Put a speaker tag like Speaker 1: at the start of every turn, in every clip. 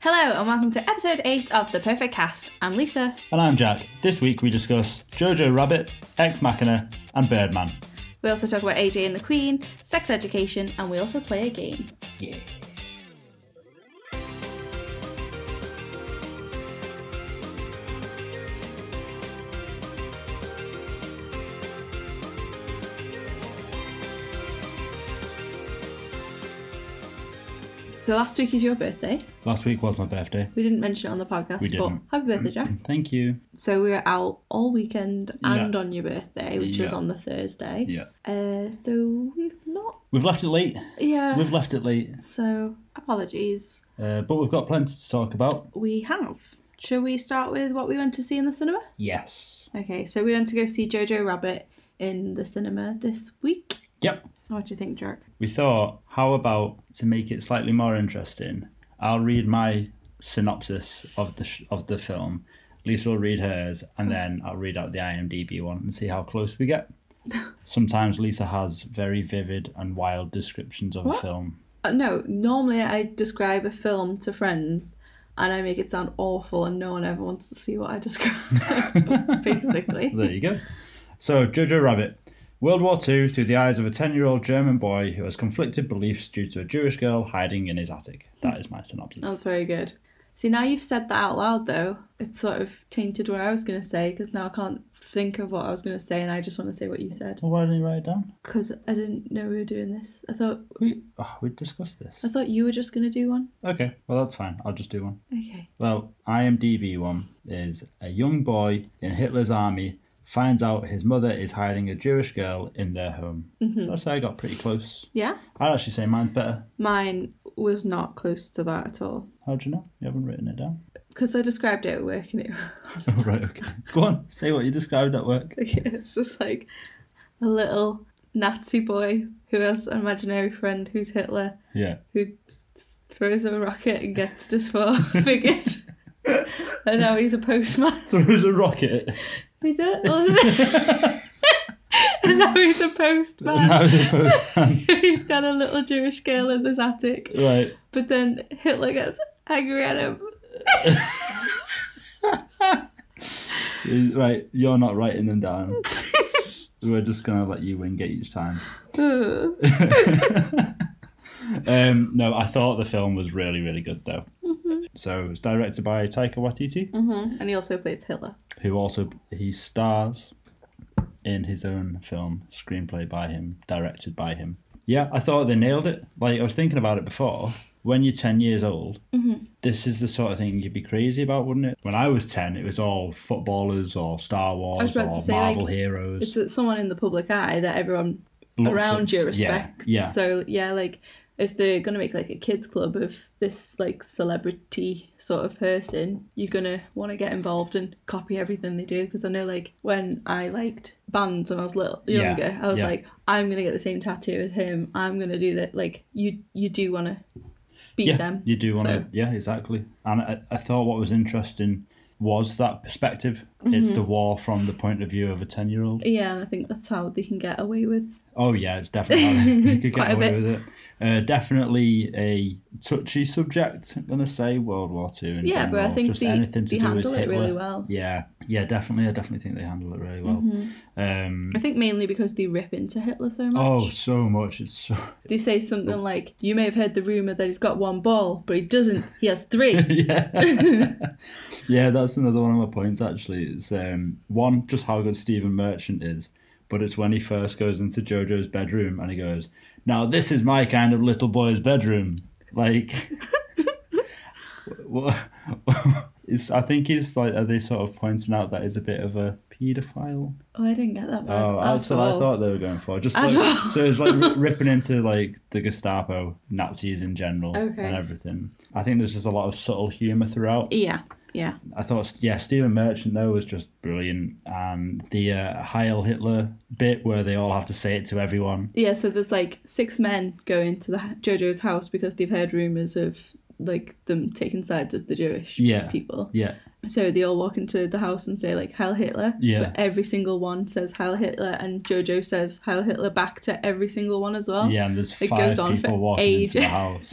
Speaker 1: Hello, and welcome to episode 8 of The Perfect Cast. I'm Lisa.
Speaker 2: And I'm Jack. This week we discuss Jojo Rabbit, Ex Machina, and Birdman.
Speaker 1: We also talk about AJ and the Queen, sex education, and we also play a game.
Speaker 2: Yeah.
Speaker 1: So last week is your birthday.
Speaker 2: Last week was my birthday.
Speaker 1: We didn't mention it on the podcast,
Speaker 2: We
Speaker 1: but
Speaker 2: didn't. Mm-hmm.
Speaker 1: happy birthday, Jack.
Speaker 2: Thank you.
Speaker 1: So we were out all weekend and
Speaker 2: Yeah.
Speaker 1: on your birthday, which was
Speaker 2: Yeah.
Speaker 1: on the Thursday. Uh, so we've not.
Speaker 2: We've left it late.
Speaker 1: Yeah.
Speaker 2: We've left it late.
Speaker 1: So apologies.
Speaker 2: Uh, but we've got plenty to talk about.
Speaker 1: We have. Shall we start with what we went to see in the cinema?
Speaker 2: Yes.
Speaker 1: Okay, so we went to go see Jojo Rabbit in the cinema this week.
Speaker 2: Yep.
Speaker 1: What do you think, Jack?
Speaker 2: We thought, how about to make it slightly more interesting? I'll read my synopsis of the sh- of the film. Lisa will read hers, and then I'll read out the IMDb one and see how close we get. Sometimes Lisa has very vivid and wild descriptions of a
Speaker 1: What?
Speaker 2: film.
Speaker 1: Uh, no, normally I describe a film to friends and I make it sound awful and no one ever wants to see what I describe, basically.
Speaker 2: There you go. So, Jojo Rabbit. World War II through the eyes of a 10 year old German boy who has conflicted beliefs due to a Jewish girl hiding in his attic. That is my synopsis.
Speaker 1: That's very good. See, now you've said that out loud, though, it's sort of tainted what I was going to say because now I can't think of what I was going to say and I just want to say what you said.
Speaker 2: Well, why didn't you write it down?
Speaker 1: Because I didn't know we were doing this. I thought
Speaker 2: We, oh, we discussed this.
Speaker 1: I thought you were just going to do one.
Speaker 2: Okay, well, that's fine. I'll just do one.
Speaker 1: Okay.
Speaker 2: Well, IMDb one is a young boy in Hitler's army finds out his mother is hiding a Jewish girl in their home. So that's how I got pretty close.
Speaker 1: Yeah?
Speaker 2: I'd actually say mine's better.
Speaker 1: Mine was not close to that at all.
Speaker 2: How do you know? You haven't written it down.
Speaker 1: Because I described it at work and it
Speaker 2: oh, right, okay. Go on, say what you described at work.
Speaker 1: it's just like a little Nazi boy who has an imaginary friend who's Hitler
Speaker 2: Yeah.
Speaker 1: who s- throws a rocket and gets disfigured. and now he's a postman.
Speaker 2: Throws a rocket.
Speaker 1: He does. not and now he's a
Speaker 2: and
Speaker 1: postman.
Speaker 2: that was a postman.
Speaker 1: he's got a little Jewish girl in this attic.
Speaker 2: right.
Speaker 1: But then Hitler gets angry at him.
Speaker 2: Right, you're not writing them down. We're just going to let you wing it each time.
Speaker 1: Ugh.
Speaker 2: Um, no, I thought the film was really, really good though. So it's directed by Taika Waititi,
Speaker 1: And he also plays Hitler.
Speaker 2: who also he stars in his own film, screenplay by him, directed by him. Yeah, I thought they nailed it. Like I was thinking about it before. When you're ten years old,
Speaker 1: Mm-hmm.
Speaker 2: this is the sort of thing you'd be crazy about, wouldn't it? When I was ten, it was all footballers or Star Wars
Speaker 1: about
Speaker 2: or
Speaker 1: to say,
Speaker 2: Marvel
Speaker 1: like,
Speaker 2: heroes.
Speaker 1: It's that someone in the public eye that everyone
Speaker 2: Lots
Speaker 1: around
Speaker 2: of-
Speaker 1: you
Speaker 2: yeah,
Speaker 1: respects.
Speaker 2: yeah.
Speaker 1: So yeah, like if they're gonna make like a kids club of this like celebrity sort of person, you're gonna want to get involved and copy everything they do. Because I know like when I liked bands when I was little
Speaker 2: Yeah,
Speaker 1: younger, I was
Speaker 2: yeah.
Speaker 1: like, I'm gonna get the same tattoo as him. I'm gonna do that. Like you, you do want to beat
Speaker 2: yeah,
Speaker 1: them.
Speaker 2: You do want
Speaker 1: So-
Speaker 2: to, yeah, exactly. And I, I thought what was interesting was that perspective. It's
Speaker 1: Mm-hmm.
Speaker 2: the war from the point of view of a ten-year-old.
Speaker 1: Yeah, and I think that's how they can get away with.
Speaker 2: Oh yeah, it's definitely how you could
Speaker 1: Quite
Speaker 2: get
Speaker 1: a
Speaker 2: away
Speaker 1: bit.
Speaker 2: with it. Uh, definitely a touchy subject. I'm gonna say World War Two. In
Speaker 1: Yeah, but I
Speaker 2: general.
Speaker 1: think
Speaker 2: just
Speaker 1: they-
Speaker 2: anything to
Speaker 1: they
Speaker 2: do
Speaker 1: handle
Speaker 2: with
Speaker 1: it really
Speaker 2: Hitler.
Speaker 1: well.
Speaker 2: Yeah, yeah, definitely. I definitely think they handle it really well.
Speaker 1: Mm-hmm.
Speaker 2: Um,
Speaker 1: I think mainly because they rip into Hitler so much.
Speaker 2: oh, so much. It's so
Speaker 1: They say something like, "You may have heard the rumor that he's got one ball, but he doesn't. He has three. Oh,
Speaker 2: yeah. yeah, that's another one of my points actually. It's um one, just how good Stephen Merchant is, but it's when he first goes into Jojo's bedroom and he goes, Now this is my kind of little boy's bedroom. Like what is I think he's like are they sort of pointing out that he's a bit of a paedophile?
Speaker 1: Oh, I didn't get that. Bad.
Speaker 2: Oh, that's what I thought they were going for. Just like,
Speaker 1: Asshole.
Speaker 2: so it's like ri- ripping into like the Gestapo, Nazis in general,
Speaker 1: Okay.
Speaker 2: and everything. I think there's just a lot of subtle humor throughout.
Speaker 1: Yeah, yeah.
Speaker 2: I thought, yeah, Stephen Merchant though was just brilliant, and the uh, Heil Hitler bit where they all have to say it to everyone.
Speaker 1: Yeah, so there's like six men going to the JoJo's house because they've heard rumors of like them taking sides with the Jewish
Speaker 2: Yeah.
Speaker 1: people.
Speaker 2: Yeah,
Speaker 1: So they all walk into the house and say like Heil Hitler.
Speaker 2: Yeah.
Speaker 1: But every single one says Heil Hitler and Jojo says Heil Hitler back to every single one as well.
Speaker 2: yeah, and there's
Speaker 1: Oh, it
Speaker 2: five
Speaker 1: goes on
Speaker 2: people
Speaker 1: for
Speaker 2: walking into
Speaker 1: ages.
Speaker 2: the house,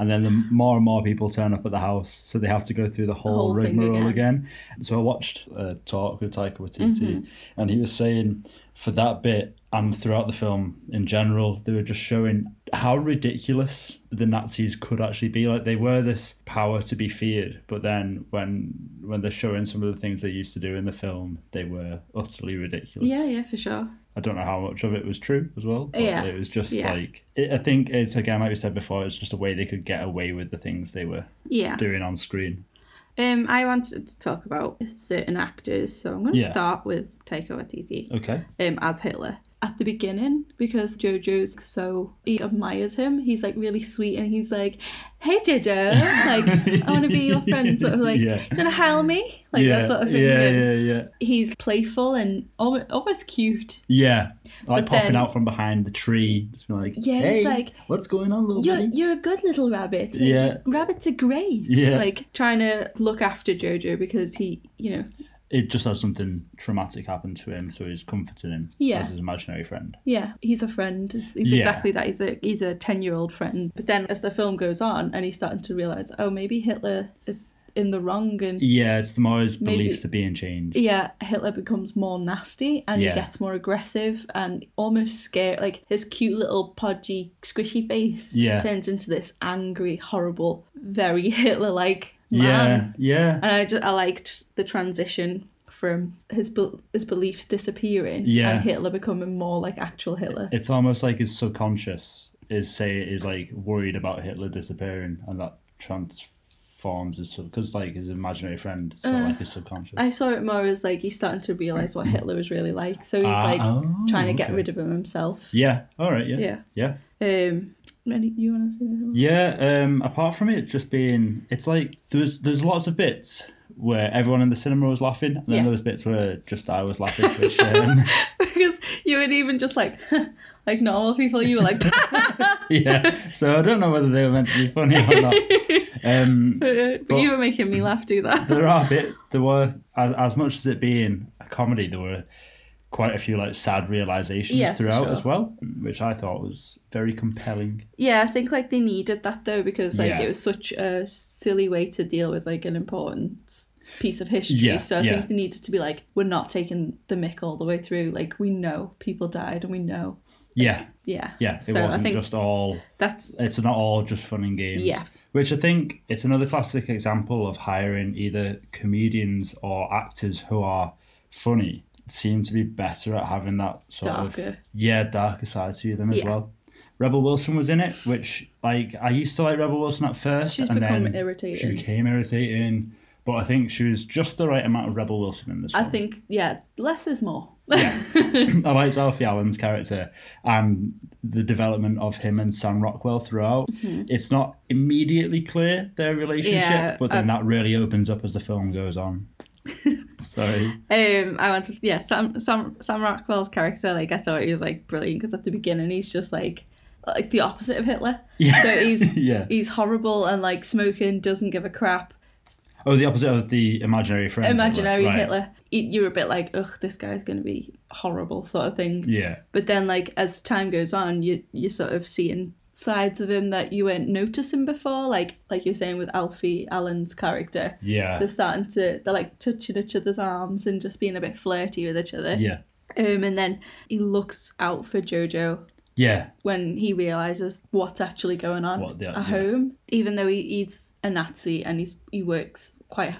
Speaker 2: and then the more and more people turn up at the house, so they have to go through the whole,
Speaker 1: whole thing
Speaker 2: rigmarole
Speaker 1: again.
Speaker 2: again. So I watched a talk with Taika Waititi,
Speaker 1: Mm-hmm.
Speaker 2: and he was saying for that bit and throughout the film in general, they were just showing how ridiculous the Nazis could actually be. Like they were this power to be feared, but then when when they're showing some of the things they used to do in the film, they were utterly ridiculous.
Speaker 1: Yeah, yeah, for sure.
Speaker 2: I don't know how much of it was true as well. But
Speaker 1: Yeah.
Speaker 2: It was just
Speaker 1: Yeah.
Speaker 2: like it, I think it's again like we said before. It's just a way they could get away with the things they were
Speaker 1: Yeah.
Speaker 2: doing on screen.
Speaker 1: Um, I wanted to talk about certain actors, so I'm going to
Speaker 2: Yeah.
Speaker 1: start with Taika Waititi
Speaker 2: Okay.
Speaker 1: um, as Hitler at the beginning because Jojo's so he admires him. He's like really sweet and he's like, "Hey Jojo, like I want to be your friend," sort of like,
Speaker 2: Yeah.
Speaker 1: "Do you want to hail me?" Like
Speaker 2: yeah.
Speaker 1: that sort of thing.
Speaker 2: Yeah,
Speaker 1: And
Speaker 2: yeah, yeah,
Speaker 1: He's playful and al- almost cute.
Speaker 2: yeah. Like
Speaker 1: But
Speaker 2: popping
Speaker 1: then-
Speaker 2: out from behind the tree. It's been like,
Speaker 1: Yeah,
Speaker 2: hey,
Speaker 1: it's like-
Speaker 2: what's going on, little
Speaker 1: You're,
Speaker 2: buddy?
Speaker 1: you're a good little rabbit. Like,
Speaker 2: Yeah.
Speaker 1: you- rabbits are great.
Speaker 2: Yeah.
Speaker 1: Like trying to look after Jojo because he, you know,
Speaker 2: It just had something traumatic happen to him, so he's comforting him
Speaker 1: Yeah.
Speaker 2: as his imaginary friend.
Speaker 1: Yeah, he's a friend. He's
Speaker 2: Yeah.
Speaker 1: exactly that. He's a he's a ten year old friend. But then as the film goes on, and he's starting to realize, oh, maybe Hitler is in the wrong, and
Speaker 2: Yeah, it's the more his
Speaker 1: Maybe-
Speaker 2: beliefs are being changed.
Speaker 1: yeah, Hitler becomes more nasty, and he
Speaker 2: Yeah.
Speaker 1: gets more aggressive and almost scared. Like his cute little podgy squishy face
Speaker 2: Yeah.
Speaker 1: turns into this angry, horrible, very Hitler like man.
Speaker 2: Yeah, yeah,
Speaker 1: And I just I liked the transition from his bel his beliefs disappearing
Speaker 2: Yeah.
Speaker 1: and Hitler becoming more like actual Hitler.
Speaker 2: it's almost like his subconscious is say is like worried about Hitler disappearing, and that transforms his sub because like his imaginary friend, so
Speaker 1: Uh,
Speaker 2: like his subconscious.
Speaker 1: I saw it more as like he's starting to realize what Hitler was really like, so he's
Speaker 2: Ah,
Speaker 1: like
Speaker 2: oh,
Speaker 1: trying to get
Speaker 2: okay.
Speaker 1: rid of him himself.
Speaker 2: Yeah. All right. Yeah. Yeah.
Speaker 1: Yeah.
Speaker 2: Yeah.
Speaker 1: Um. Any, you want to say that?
Speaker 2: um, apart from it just being, it's like there's there's lots of bits where everyone in the cinema was laughing, and then
Speaker 1: Yeah.
Speaker 2: there was bits where just I was laughing, which um,
Speaker 1: because you weren't even just like like normal people. You were like,
Speaker 2: yeah. So I don't know whether they were meant to be funny or not. Um,
Speaker 1: but you were making me laugh. Do that.
Speaker 2: there are a bit there were as, as much as it being a comedy there were quite a few like sad realizations
Speaker 1: Yeah, for
Speaker 2: throughout
Speaker 1: sure.
Speaker 2: as well which i thought was very compelling
Speaker 1: Yeah, I think like they needed that though because like
Speaker 2: Yeah.
Speaker 1: it was such a silly way to deal with like an important piece of history.
Speaker 2: Yeah,
Speaker 1: so I
Speaker 2: yeah.
Speaker 1: think they needed to be like, we're not taking the mick all the way through. Like we know people died and we know.
Speaker 2: yeah
Speaker 1: Yeah.
Speaker 2: yeah it
Speaker 1: so I
Speaker 2: wasn't
Speaker 1: think
Speaker 2: just all
Speaker 1: that's
Speaker 2: it's not all just fun and games
Speaker 1: Yeah.
Speaker 2: which i think it's another classic example of hiring either comedians or actors who are funny seem to be better at having that sort of
Speaker 1: Darker.
Speaker 2: yeah darker side to them as
Speaker 1: Yeah.
Speaker 2: well rebel wilson was in it which like i used to like rebel wilson at first
Speaker 1: She's
Speaker 2: and
Speaker 1: become
Speaker 2: then
Speaker 1: irritating.
Speaker 2: She became irritating, but I think she was just the right amount of Rebel Wilson in this
Speaker 1: I
Speaker 2: one.
Speaker 1: think yeah, less is more.
Speaker 2: I liked Alfie Allen's character and the development of him and Sam Rockwell throughout. It's not immediately clear their relationship,
Speaker 1: Mm-hmm. Yeah, uh,
Speaker 2: but then that really opens up as the film goes on. Sorry.
Speaker 1: Um, I wanted yeah, Sam Sam Sam Rockwell's character like I thought he was like brilliant because at the beginning he's just like like the opposite of Hitler.
Speaker 2: Yeah.
Speaker 1: So he's
Speaker 2: yeah.
Speaker 1: he's horrible and like smoking, doesn't give a crap.
Speaker 2: Oh, the opposite of the imaginary friend. Hitler.
Speaker 1: Imaginary
Speaker 2: Right.
Speaker 1: Hitler. He- You're a bit like, ugh, this guy's gonna be horrible, sort of thing.
Speaker 2: Yeah.
Speaker 1: But then, like as time goes on, you you sort of seeing sides of him that you weren't noticing before. Like like you're saying with Alfie Allen's character,
Speaker 2: Yeah.
Speaker 1: they're starting to they're like touching each other's arms and just being a bit flirty with each other.
Speaker 2: Yeah.
Speaker 1: Um, and then he looks out for Jojo
Speaker 2: Yeah.
Speaker 1: when he realizes what's actually going on
Speaker 2: What the-
Speaker 1: at
Speaker 2: yeah.
Speaker 1: home. Even though he, he's a Nazi and he's he works quite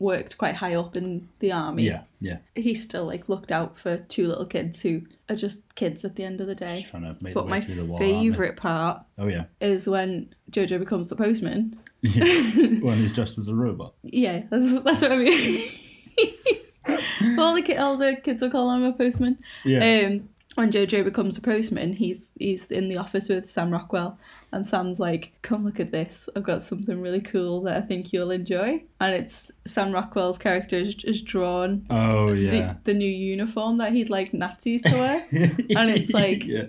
Speaker 1: worked quite high up in the army,
Speaker 2: Yeah. Yeah.
Speaker 1: he's still like looked out for two little kids who are just kids at the end of the day.
Speaker 2: Just trying to make
Speaker 1: But
Speaker 2: the way
Speaker 1: my
Speaker 2: through the wall. aren't they?
Speaker 1: favorite part
Speaker 2: Oh yeah.
Speaker 1: is when Jojo becomes the postman.
Speaker 2: yeah. when he's dressed as a robot.
Speaker 1: Yeah, that's, that's what I mean. all the ki- all the kids will call him a postman.
Speaker 2: Yeah.
Speaker 1: Um, when Jojo becomes a postman, he's he's in the office with Sam Rockwell, and Sam's like, "Come look at this! I've got something really cool that I think you'll enjoy." And it's Sam Rockwell's character is, is drawn
Speaker 2: oh yeah.
Speaker 1: Um, the, the new uniform that he'd like Nazis to wear, and it's like
Speaker 2: yeah,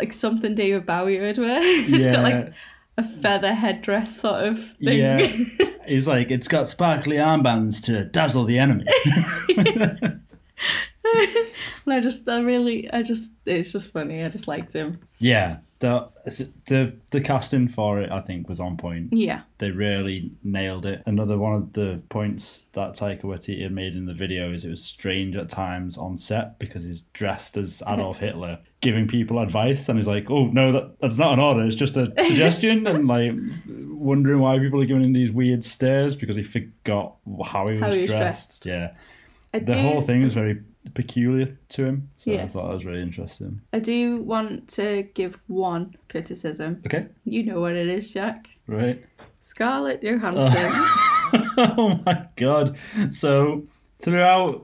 Speaker 1: like something David Bowie would wear. It's got like
Speaker 2: Yeah.
Speaker 1: a feather headdress sort of thing.
Speaker 2: yeah. He's like, it's got sparkly armbands to dazzle the enemy.
Speaker 1: And I just, I really, I just, it's just funny. I just liked him.
Speaker 2: yeah, the the the casting for it, I think, was on point.
Speaker 1: Yeah.
Speaker 2: they really nailed it. Another one of the points that Taika Waititi made in the video is it was strange at times on set because he's dressed as Adolf Hitler, giving people advice, and he's like, "Oh no, that, that's not an order; it's just a suggestion," and like wondering why people are giving him these weird stares because he forgot how he was,
Speaker 1: How he was
Speaker 2: dressed.
Speaker 1: dressed.
Speaker 2: Yeah,
Speaker 1: I
Speaker 2: the
Speaker 1: do,
Speaker 2: whole thing is very peculiar to him. So I
Speaker 1: Yeah.
Speaker 2: thought that was really interesting.
Speaker 1: I do want to give one criticism.
Speaker 2: Okay,
Speaker 1: You know what it is, Jack.
Speaker 2: right.
Speaker 1: Scarlett Johansson.
Speaker 2: oh my god. So throughout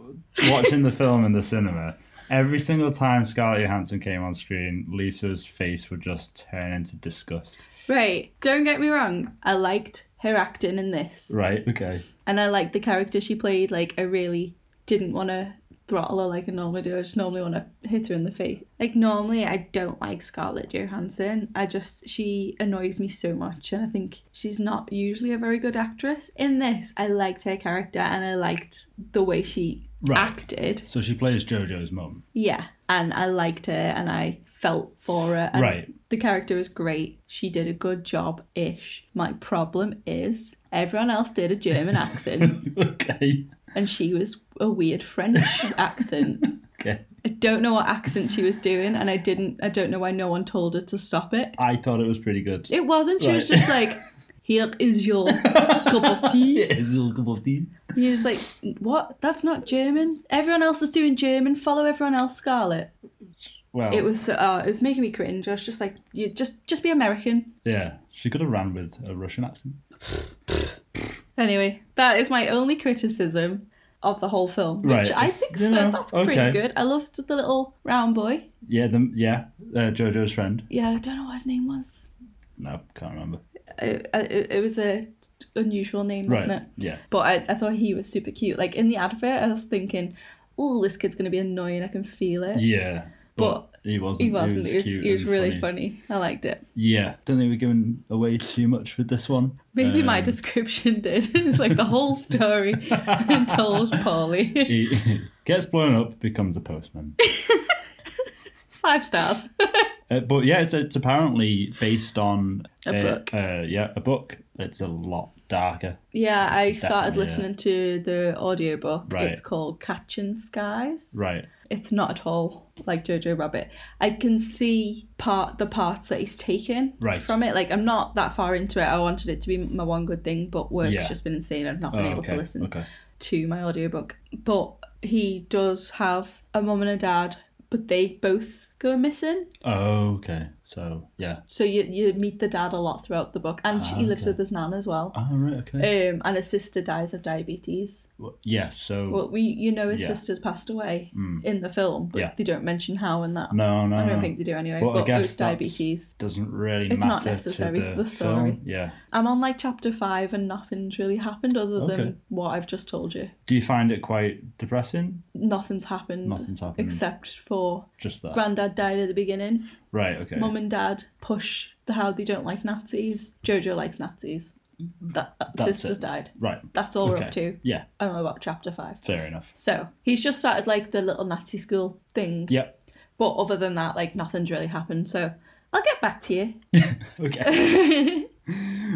Speaker 2: watching the film in the cinema, every single time Scarlett Johansson came on screen, Lisa's face would just turn into disgust.
Speaker 1: right. Don't get me wrong. I liked her acting in this.
Speaker 2: Right, okay.
Speaker 1: And I liked the character she played. Like, I really didn't want to throttle her like I normally do. I just normally want to hit her in the face. Like, normally I don't like Scarlett Johansson. I just, she annoys me so much. And I think she's not usually a very good actress. In this, I liked her character and I liked the way she
Speaker 2: Right.
Speaker 1: acted.
Speaker 2: So she plays Jojo's mum.
Speaker 1: Yeah, and I liked her and I felt for her. And
Speaker 2: Right.
Speaker 1: The character was great. She did a good job ish. My problem is everyone else did a German accent
Speaker 2: okay.
Speaker 1: and she was a weird French accent.
Speaker 2: Okay.
Speaker 1: I don't know what accent she was doing and I didn't, I don't know why no one told her to stop it.
Speaker 2: I thought it was pretty good.
Speaker 1: It wasn't. She was
Speaker 2: Right.
Speaker 1: just like, here is your cup of tea.
Speaker 2: It's a little cup of tea.
Speaker 1: And you're just like, what? That's not German. Everyone else is doing German. Follow everyone else, Scarlett.
Speaker 2: Well,
Speaker 1: It was uh, it was making me cringe. I was just like, you just just be American.
Speaker 2: yeah, she could have ran with a Russian accent.
Speaker 1: Anyway, that is my only criticism of the whole film, which
Speaker 2: Right.
Speaker 1: I think
Speaker 2: You know,
Speaker 1: that's pretty
Speaker 2: okay.
Speaker 1: good. I loved the little round boy.
Speaker 2: Yeah, the, yeah, uh, Jojo's friend.
Speaker 1: Yeah, I don't know what his name was.
Speaker 2: No, can't remember.
Speaker 1: It, uh, it, it was a unusual name,
Speaker 2: Right.
Speaker 1: wasn't it?
Speaker 2: Yeah.
Speaker 1: But I, I thought he was super cute. Like in the advert, I was thinking, oh, this kid's gonna be annoying. I can feel it.
Speaker 2: Yeah. But, he wasn't.
Speaker 1: He wasn't. He was,
Speaker 2: cute
Speaker 1: he was
Speaker 2: and
Speaker 1: really funny. I liked it.
Speaker 2: Yeah, don't think we're giving away too much with this one.
Speaker 1: Maybe my
Speaker 2: Um,
Speaker 1: description did. it's like the whole story told Polly.
Speaker 2: he gets blown up, becomes a postman.
Speaker 1: Five stars.
Speaker 2: Uh, but yeah, it's, it's apparently based on
Speaker 1: A book.
Speaker 2: Uh, yeah, a book. It's a lot darker.
Speaker 1: yeah,
Speaker 2: This
Speaker 1: I
Speaker 2: is
Speaker 1: started
Speaker 2: definitely,
Speaker 1: listening to the audiobook.
Speaker 2: Right.
Speaker 1: It's called Catching Skies.
Speaker 2: Right.
Speaker 1: It's not at all like Jojo Rabbit. I can see part the parts that he's taken
Speaker 2: Right.
Speaker 1: from it. Like I'm not that far into it. I wanted it to be my one good thing, but work's
Speaker 2: Yeah.
Speaker 1: just been insane. I've not
Speaker 2: Oh,
Speaker 1: been able
Speaker 2: okay.
Speaker 1: to listen
Speaker 2: Okay.
Speaker 1: to my audiobook. But he does have a mum and a dad, but they both go missing.
Speaker 2: Oh, okay. So yeah. Ah,
Speaker 1: So you you meet the dad a lot throughout the book, and she, he lives with his nan as well.
Speaker 2: Oh, right. Okay.
Speaker 1: Um, and his sister dies of diabetes.
Speaker 2: Well, yeah. So
Speaker 1: Well, we you know his
Speaker 2: Yeah. Mm.
Speaker 1: sister's passed away in the film, but
Speaker 2: Yeah.
Speaker 1: they don't mention how and that.
Speaker 2: no, no.
Speaker 1: I don't
Speaker 2: no.
Speaker 1: think they do anyway.
Speaker 2: But Mm. I
Speaker 1: but
Speaker 2: guess
Speaker 1: it's
Speaker 2: that's-
Speaker 1: diabetes.
Speaker 2: doesn't really
Speaker 1: It's
Speaker 2: matter
Speaker 1: not necessary
Speaker 2: to the,
Speaker 1: story.
Speaker 2: Film. Yeah.
Speaker 1: I'm on like chapter five, and nothing's really happened other than
Speaker 2: Okay.
Speaker 1: what I've just told you.
Speaker 2: Do you find it quite depressing?
Speaker 1: Nothing's happened.
Speaker 2: Nothing's happened.
Speaker 1: Except for
Speaker 2: Just that.
Speaker 1: granddad died at the beginning.
Speaker 2: right. Okay.
Speaker 1: Mum and dad push the how they don't like Nazis. Jojo likes Nazis. That, that
Speaker 2: That's
Speaker 1: sister's
Speaker 2: it.
Speaker 1: died.
Speaker 2: right.
Speaker 1: That's all we're
Speaker 2: Okay.
Speaker 1: up to.
Speaker 2: Yeah.
Speaker 1: I'm about chapter five.
Speaker 2: Fair enough.
Speaker 1: So he's just started like the little Nazi school thing.
Speaker 2: Yep.
Speaker 1: But other than that, like nothing's really happened. So I'll get back to you.
Speaker 2: Okay.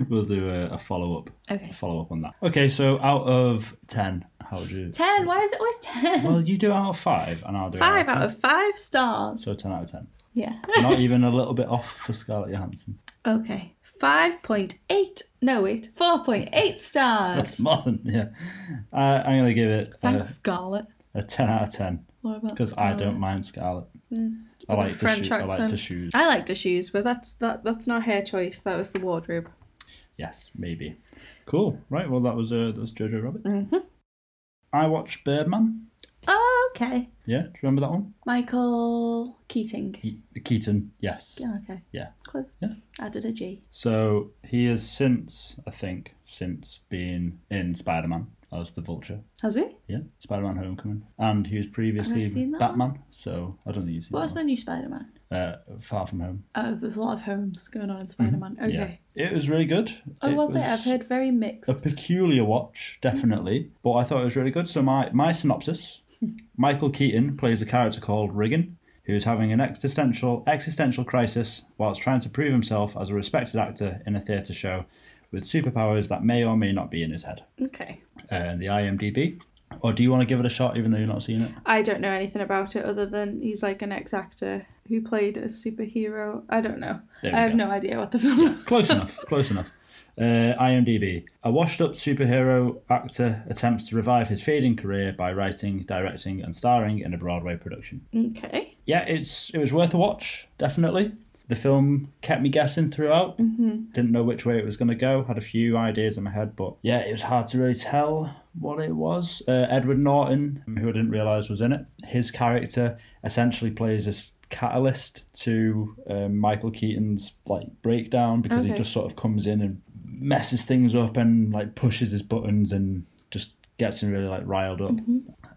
Speaker 2: we'll do a, a follow up.
Speaker 1: Okay.
Speaker 2: Follow up on that. Okay, so out of ten, how would you?
Speaker 1: Ten. Why is it always ten?
Speaker 2: Well, you do out of five, and I'll do
Speaker 1: Five
Speaker 2: out
Speaker 1: out
Speaker 2: of
Speaker 1: of five stars.
Speaker 2: ten. So ten out of ten.
Speaker 1: yeah.
Speaker 2: Not even a little bit off for Scarlett Johansson.
Speaker 1: Okay. Five point eight. No wait. Four point eight
Speaker 2: That's
Speaker 1: stars.
Speaker 2: more than yeah. Uh, I'm gonna give it
Speaker 1: Thanks,
Speaker 2: a,
Speaker 1: Scarlett.
Speaker 2: a ten out of ten
Speaker 1: What about?
Speaker 2: because I don't mind Scarlett. I
Speaker 1: Mm. With a
Speaker 2: like to
Speaker 1: French
Speaker 2: shoot. I like to
Speaker 1: accent.
Speaker 2: shoot.
Speaker 1: I liked her shoes, but that's that. That's not her choice. That was the wardrobe.
Speaker 2: Yes, maybe. Mm-hmm. Cool. Right. Well, that was uh, that was Jojo Rabbit. I watched Birdman.
Speaker 1: Oh, Okay.
Speaker 2: Yeah, do you remember that one?
Speaker 1: Michael Keating.
Speaker 2: Ke- Keaton, yes.
Speaker 1: Yeah, okay.
Speaker 2: Yeah.
Speaker 1: Close.
Speaker 2: Yeah.
Speaker 1: Added a G.
Speaker 2: So he has since, I think, since been in Spider Man as the Vulture.
Speaker 1: Has he?
Speaker 2: Yeah, Spider Man Homecoming. And he was previously
Speaker 1: seen that
Speaker 2: Batman, so I don't think you've seen
Speaker 1: What's
Speaker 2: that.
Speaker 1: the new Spider Man?
Speaker 2: one. Uh, Far From Home.
Speaker 1: Oh, there's a lot of homes going on in Spider Man. Okay.
Speaker 2: Mm-hmm. Yeah. It was really good.
Speaker 1: Oh, was it?
Speaker 2: was
Speaker 1: I've heard very mixed.
Speaker 2: A peculiar watch, definitely, but I thought it was really good. So, my, my synopsis Michael Keaton plays a character called Regan, who is having an existential, existential crisis whilst trying to prove himself as a respected actor in a theatre show with superpowers that may or may not be in his head.
Speaker 1: Okay.
Speaker 2: Uh, the IMDb. Or do you want to give it a shot even though you've not seen it?
Speaker 1: I don't know anything about it other than he's like an ex actor who played a superhero. I don't know.
Speaker 2: There we
Speaker 1: I have
Speaker 2: go.
Speaker 1: no idea what the film
Speaker 2: Close enough. Close enough. Uh, IMDb. A washed up superhero actor attempts to revive his fading career by writing, directing, and starring in a Broadway production.
Speaker 1: Okay.
Speaker 2: Yeah, it's it was worth a watch, definitely. The film kept me guessing throughout. Mm-hmm. Didn't know which way it was going to go. Had a few ideas in my head, but yeah, it was hard to really tell what it was. Uh, Edward Norton, who I didn't realise was in it, his character essentially plays this catalyst to um, Michael Keaton's like breakdown because he
Speaker 1: Okay.
Speaker 2: just sort of comes in and messes things up and like pushes his buttons and just gets him really like riled up.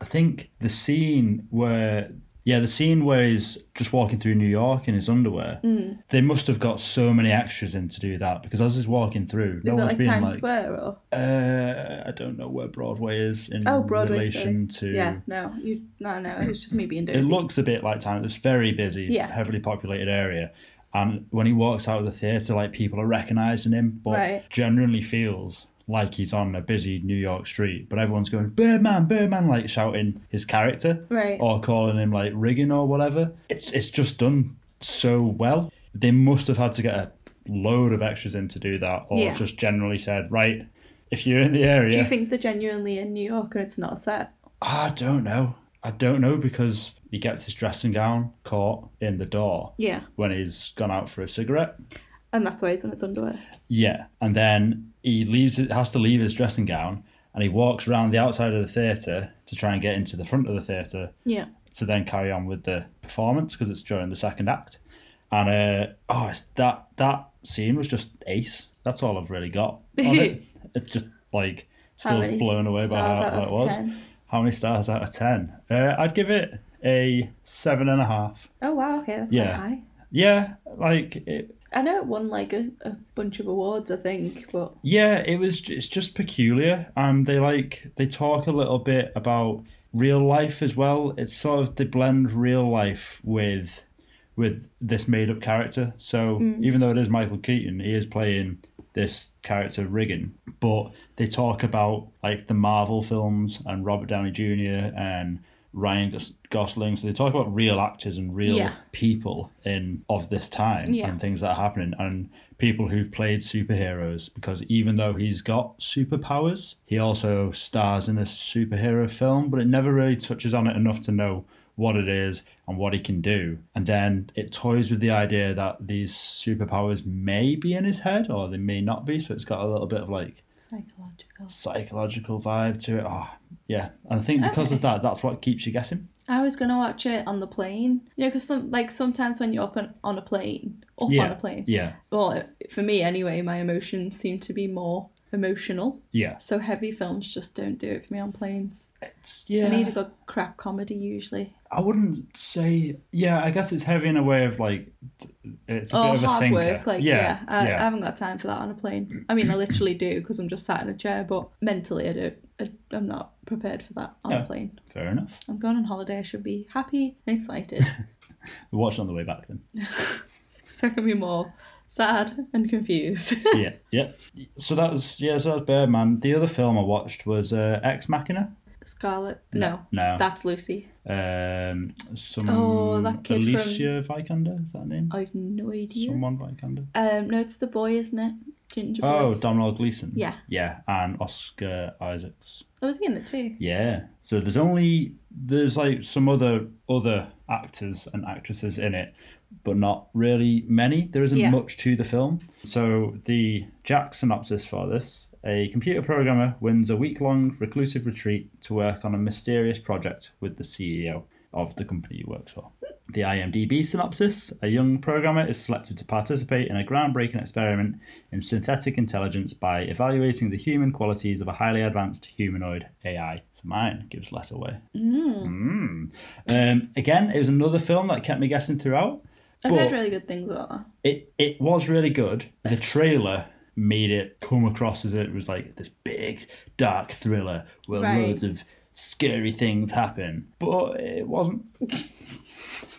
Speaker 2: I think the scene where yeah, the scene where he's just walking through New York in his underwear.
Speaker 1: Mm.
Speaker 2: They must have got so many extras in to do that because as he's walking through, no
Speaker 1: Is it
Speaker 2: one's
Speaker 1: like
Speaker 2: being
Speaker 1: Times
Speaker 2: like,
Speaker 1: Square or?
Speaker 2: uh, I don't know where Broadway is in
Speaker 1: Oh, Broadway,
Speaker 2: relation to.
Speaker 1: Yeah, no. You, no, no. It was just me being
Speaker 2: It
Speaker 1: dirty.
Speaker 2: looks a bit like Times. It's very busy,
Speaker 1: Yeah.
Speaker 2: heavily populated area. And when he walks out of the theatre, like people are recognising him, but
Speaker 1: Right.
Speaker 2: generally feels like he's on a busy New York street. But everyone's going Birdman, Birdman, like shouting his character
Speaker 1: Right.
Speaker 2: or calling him like rigging or whatever. It's it's just done so well. They must have had to get a load of extras in to do that, or
Speaker 1: Yeah.
Speaker 2: just generally said, right, if you're in the area,
Speaker 1: Do you think they're genuinely in New York and it's not a set?
Speaker 2: I don't know. I don't know because he gets his dressing gown caught in the door
Speaker 1: Yeah.
Speaker 2: when he's gone out for a cigarette.
Speaker 1: And that's why he's in its underwear.
Speaker 2: Yeah, and then he leaves. It has to leave his dressing gown, and he walks around the outside of the theatre to try and get into the front of the theatre
Speaker 1: Yeah.
Speaker 2: to then carry on with the performance because it's during the second act. And uh, oh, it's that that scene was just ace. That's all I've really got on it. It's just like still
Speaker 1: many
Speaker 2: blown away by how,
Speaker 1: stars out
Speaker 2: how
Speaker 1: of
Speaker 2: it was.
Speaker 1: 10?
Speaker 2: How many stars out of ten? Uh, I'd give it a seven and a half.
Speaker 1: Oh, wow. Okay. That's
Speaker 2: Yeah.
Speaker 1: quite high.
Speaker 2: Yeah, like it,
Speaker 1: I know it won like a, a bunch of awards, I think, but
Speaker 2: yeah, it was. j- It's just peculiar, and they like they talk a little bit about real life as well. It's sort of they blend real life with with this made up character. So even though it is Michael Keaton, he is playing this character Riggin, but they talk about like the Marvel films and Robert Downey Jr. and Ryan Gos- Gosling. So they talk about real actors and real
Speaker 1: Yeah.
Speaker 2: people in of this time
Speaker 1: Yeah.
Speaker 2: and things that are happening and people who've played superheroes because even though he's got superpowers, he also stars in a superhero film, but it never really touches on it enough to know what it is and what he can do. And then it toys with the idea that these superpowers may be in his head or they may not be. So it's got a little bit of like
Speaker 1: psychological.
Speaker 2: psychological vibe to it. Oh, yeah. And I think because of that, that's what keeps you guessing.
Speaker 1: I was gonna watch it on the plane, you know, because some like sometimes when you're up on, on a plane, up on
Speaker 2: Yeah.
Speaker 1: a plane.
Speaker 2: Yeah.
Speaker 1: Well, it- for me anyway, my emotions seem to be more emotional.
Speaker 2: Yeah.
Speaker 1: So heavy films just don't do it for me on planes.
Speaker 2: It's, yeah.
Speaker 1: I need a good crap comedy usually.
Speaker 2: I wouldn't say. Yeah, I guess it's heavy in a way of like, t- it's a
Speaker 1: or
Speaker 2: bit of a
Speaker 1: Oh, hard
Speaker 2: thinker.
Speaker 1: work, like yeah, uh, I, I
Speaker 2: yeah.
Speaker 1: haven't got time for that on a plane. I mean, I literally do because I'm just sat in a chair, but mentally I don't. I, I'm not prepared for that on
Speaker 2: Yeah.
Speaker 1: a plane.
Speaker 2: Fair enough.
Speaker 1: I'm going on holiday. I should be happy and excited.
Speaker 2: We watched it on the way back then.
Speaker 1: so I can be more sad and confused.
Speaker 2: yeah, yeah. So that was yeah. So that was Birdman. The other film I watched was uh, Ex Machina.
Speaker 1: Scarlet, no,
Speaker 2: No.
Speaker 1: that's Lucy.
Speaker 2: um, some
Speaker 1: Oh, that kid from- Oh,
Speaker 2: Alicia Vikander is that her name?
Speaker 1: I've no idea.
Speaker 2: Someone Vikander.
Speaker 1: Um, no, it's the boy, isn't it? Ginger boy.
Speaker 2: Oh, Donald Gleason.
Speaker 1: Yeah.
Speaker 2: Yeah, and Oscar Isaacs.
Speaker 1: I was in it too.
Speaker 2: Yeah. So there's only there's like some other other actors and actresses in it, but not really many. There isn't
Speaker 1: Yeah.
Speaker 2: much to the film. So, the Jack synopsis for this a computer programmer wins a week long reclusive retreat to work on a mysterious project with the CEO of the company he works for. The IMDb synopsis a young programmer is selected to participate in a groundbreaking experiment in synthetic intelligence by evaluating the human qualities of a highly advanced humanoid AI. So, mine gives less away. Mm. Um, again, it was another film that kept me guessing throughout.
Speaker 1: I've
Speaker 2: But-
Speaker 1: heard really good things about that.
Speaker 2: It it was really good. The trailer made it come across as it was like this big dark thriller where
Speaker 1: Right.
Speaker 2: loads of scary things happen, but it wasn't.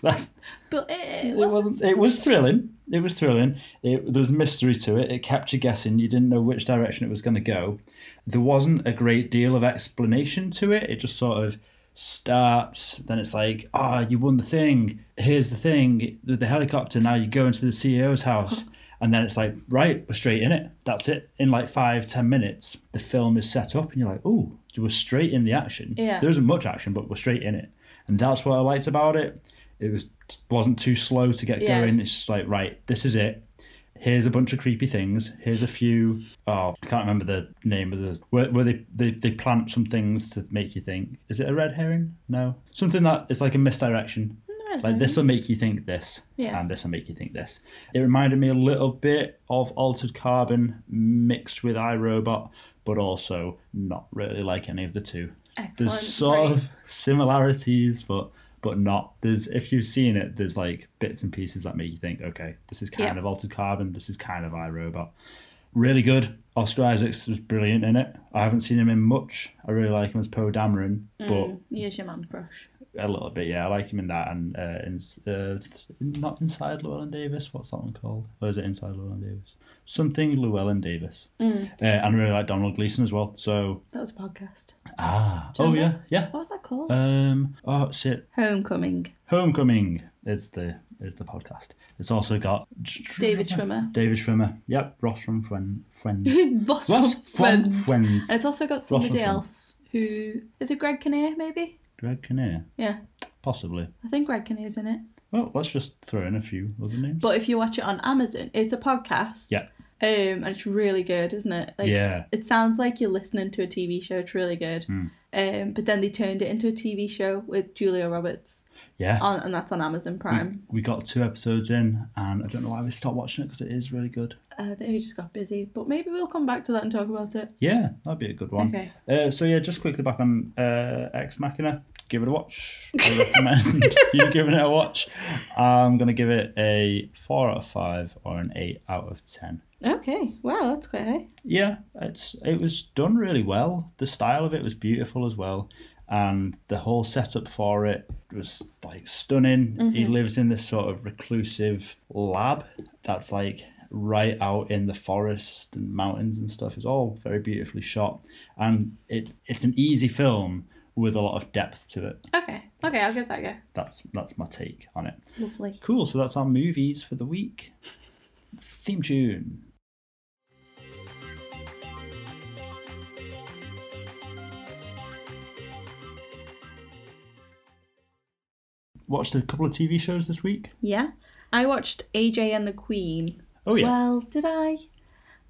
Speaker 2: That's,
Speaker 1: But it,
Speaker 2: it
Speaker 1: it was
Speaker 2: wasn't. It was thrilling. It was thrilling. It, there was mystery to it. It kept you guessing. You didn't know which direction it was going to go. There wasn't a great deal of explanation to it. It just sort of starts. Then it's like, ah, you won the thing. Here's the thing with the helicopter. Now you go into the CEO's house. And then it's like, right, we're straight in it. That's it. In like five, ten minutes, the film is set up, and you're like, oh, we're straight in the action.
Speaker 1: Yeah.
Speaker 2: There isn't much action, but we're straight in it, and that's what I liked about it. It was wasn't too slow to get
Speaker 1: Yeah,
Speaker 2: going.
Speaker 1: it's-
Speaker 2: It's just like, right, this is it. Here's a bunch of creepy things. Here's a few. Oh, I can't remember the name of the where, where they, they they plant some things to make you think. Is it a red herring? No, something that it's like a misdirection. Like this will make you think this,
Speaker 1: Yeah.
Speaker 2: and this will make you think this. It reminded me a little bit of Altered Carbon mixed with iRobot, but also not really like any of the two.
Speaker 1: excellent.
Speaker 2: There's sort
Speaker 1: Great.
Speaker 2: of similarities, but but not. There's if you've seen it, there's like bits and pieces that make you think, okay, this is kind
Speaker 1: Yeah.
Speaker 2: of Altered Carbon, this is kind of iRobot. Really good. Oscar Isaacs was brilliant in it. I haven't seen him in much. I really like him as Poe Dameron, but
Speaker 1: Mm, Here's your man crush.
Speaker 2: a little bit, yeah. I like him in that and uh, in, uh, th- not inside Llewellyn Davis. What's that one called? Or is it inside Llewellyn Davis? Something Llewellyn Davis.
Speaker 1: Mm.
Speaker 2: Uh, and I really like Donald Gleason as well. So
Speaker 1: That was a podcast.
Speaker 2: ah,
Speaker 1: Do you
Speaker 2: oh yeah,
Speaker 1: remember?
Speaker 2: yeah.
Speaker 1: What was that called?
Speaker 2: Um, oh, it's it.
Speaker 1: Homecoming.
Speaker 2: Homecoming is the is the podcast. It's also got
Speaker 1: David Schwimmer.
Speaker 2: David Schwimmer. Yep, Ross from Friend Friends.
Speaker 1: Lost
Speaker 2: Ross from
Speaker 1: friends.
Speaker 2: Friends.
Speaker 1: And it's also got
Speaker 2: from
Speaker 1: somebody
Speaker 2: Friends.
Speaker 1: else who is it Greg Kinnear maybe?
Speaker 2: Greg Kinnear,
Speaker 1: Yeah,
Speaker 2: possibly.
Speaker 1: I think Greg Kinnear's in it.
Speaker 2: Well, let's just throw in a few other names.
Speaker 1: But if you watch it on Amazon, it's a podcast.
Speaker 2: Yeah.
Speaker 1: Um, and it's really good, isn't it? Like,
Speaker 2: yeah,
Speaker 1: It sounds like you're listening to a TV show. It's really good.
Speaker 2: Mm.
Speaker 1: Um, but then they turned it into a TV show with Julia Roberts,
Speaker 2: yeah.
Speaker 1: on, and that's on
Speaker 2: Hmm.
Speaker 1: Amazon Prime.
Speaker 2: We got two episodes in, and I don't know why we stopped watching it because it is really good.
Speaker 1: Uh, they just got busy, but maybe we'll come back to that and talk about it.
Speaker 2: Yeah, that'd be a good one.
Speaker 1: Okay.
Speaker 2: Uh, so yeah, just quickly back on uh, Ex Machina. Give it a watch. I recommend you giving it a watch. I'm gonna give it a four out of five or an eight out of ten.
Speaker 1: Okay. Wow, that's quite high.
Speaker 2: Yeah, it's it was done really well. The style of it was beautiful as well, and the whole setup for it was like stunning. He lives in this sort of reclusive lab that's like right out in the forest and mountains and stuff. It's all very beautifully shot, and it it's an easy film with a lot of depth to it.
Speaker 1: Okay. Okay, I'll give that a go.
Speaker 2: That's that's my take on it.
Speaker 1: Lovely.
Speaker 2: Cool. So that's our movies for the week. Theme tune. Watched a couple of TV shows this week.
Speaker 1: Yeah. I watched AJ and the Queen.
Speaker 2: Oh yeah,
Speaker 1: Well, did I?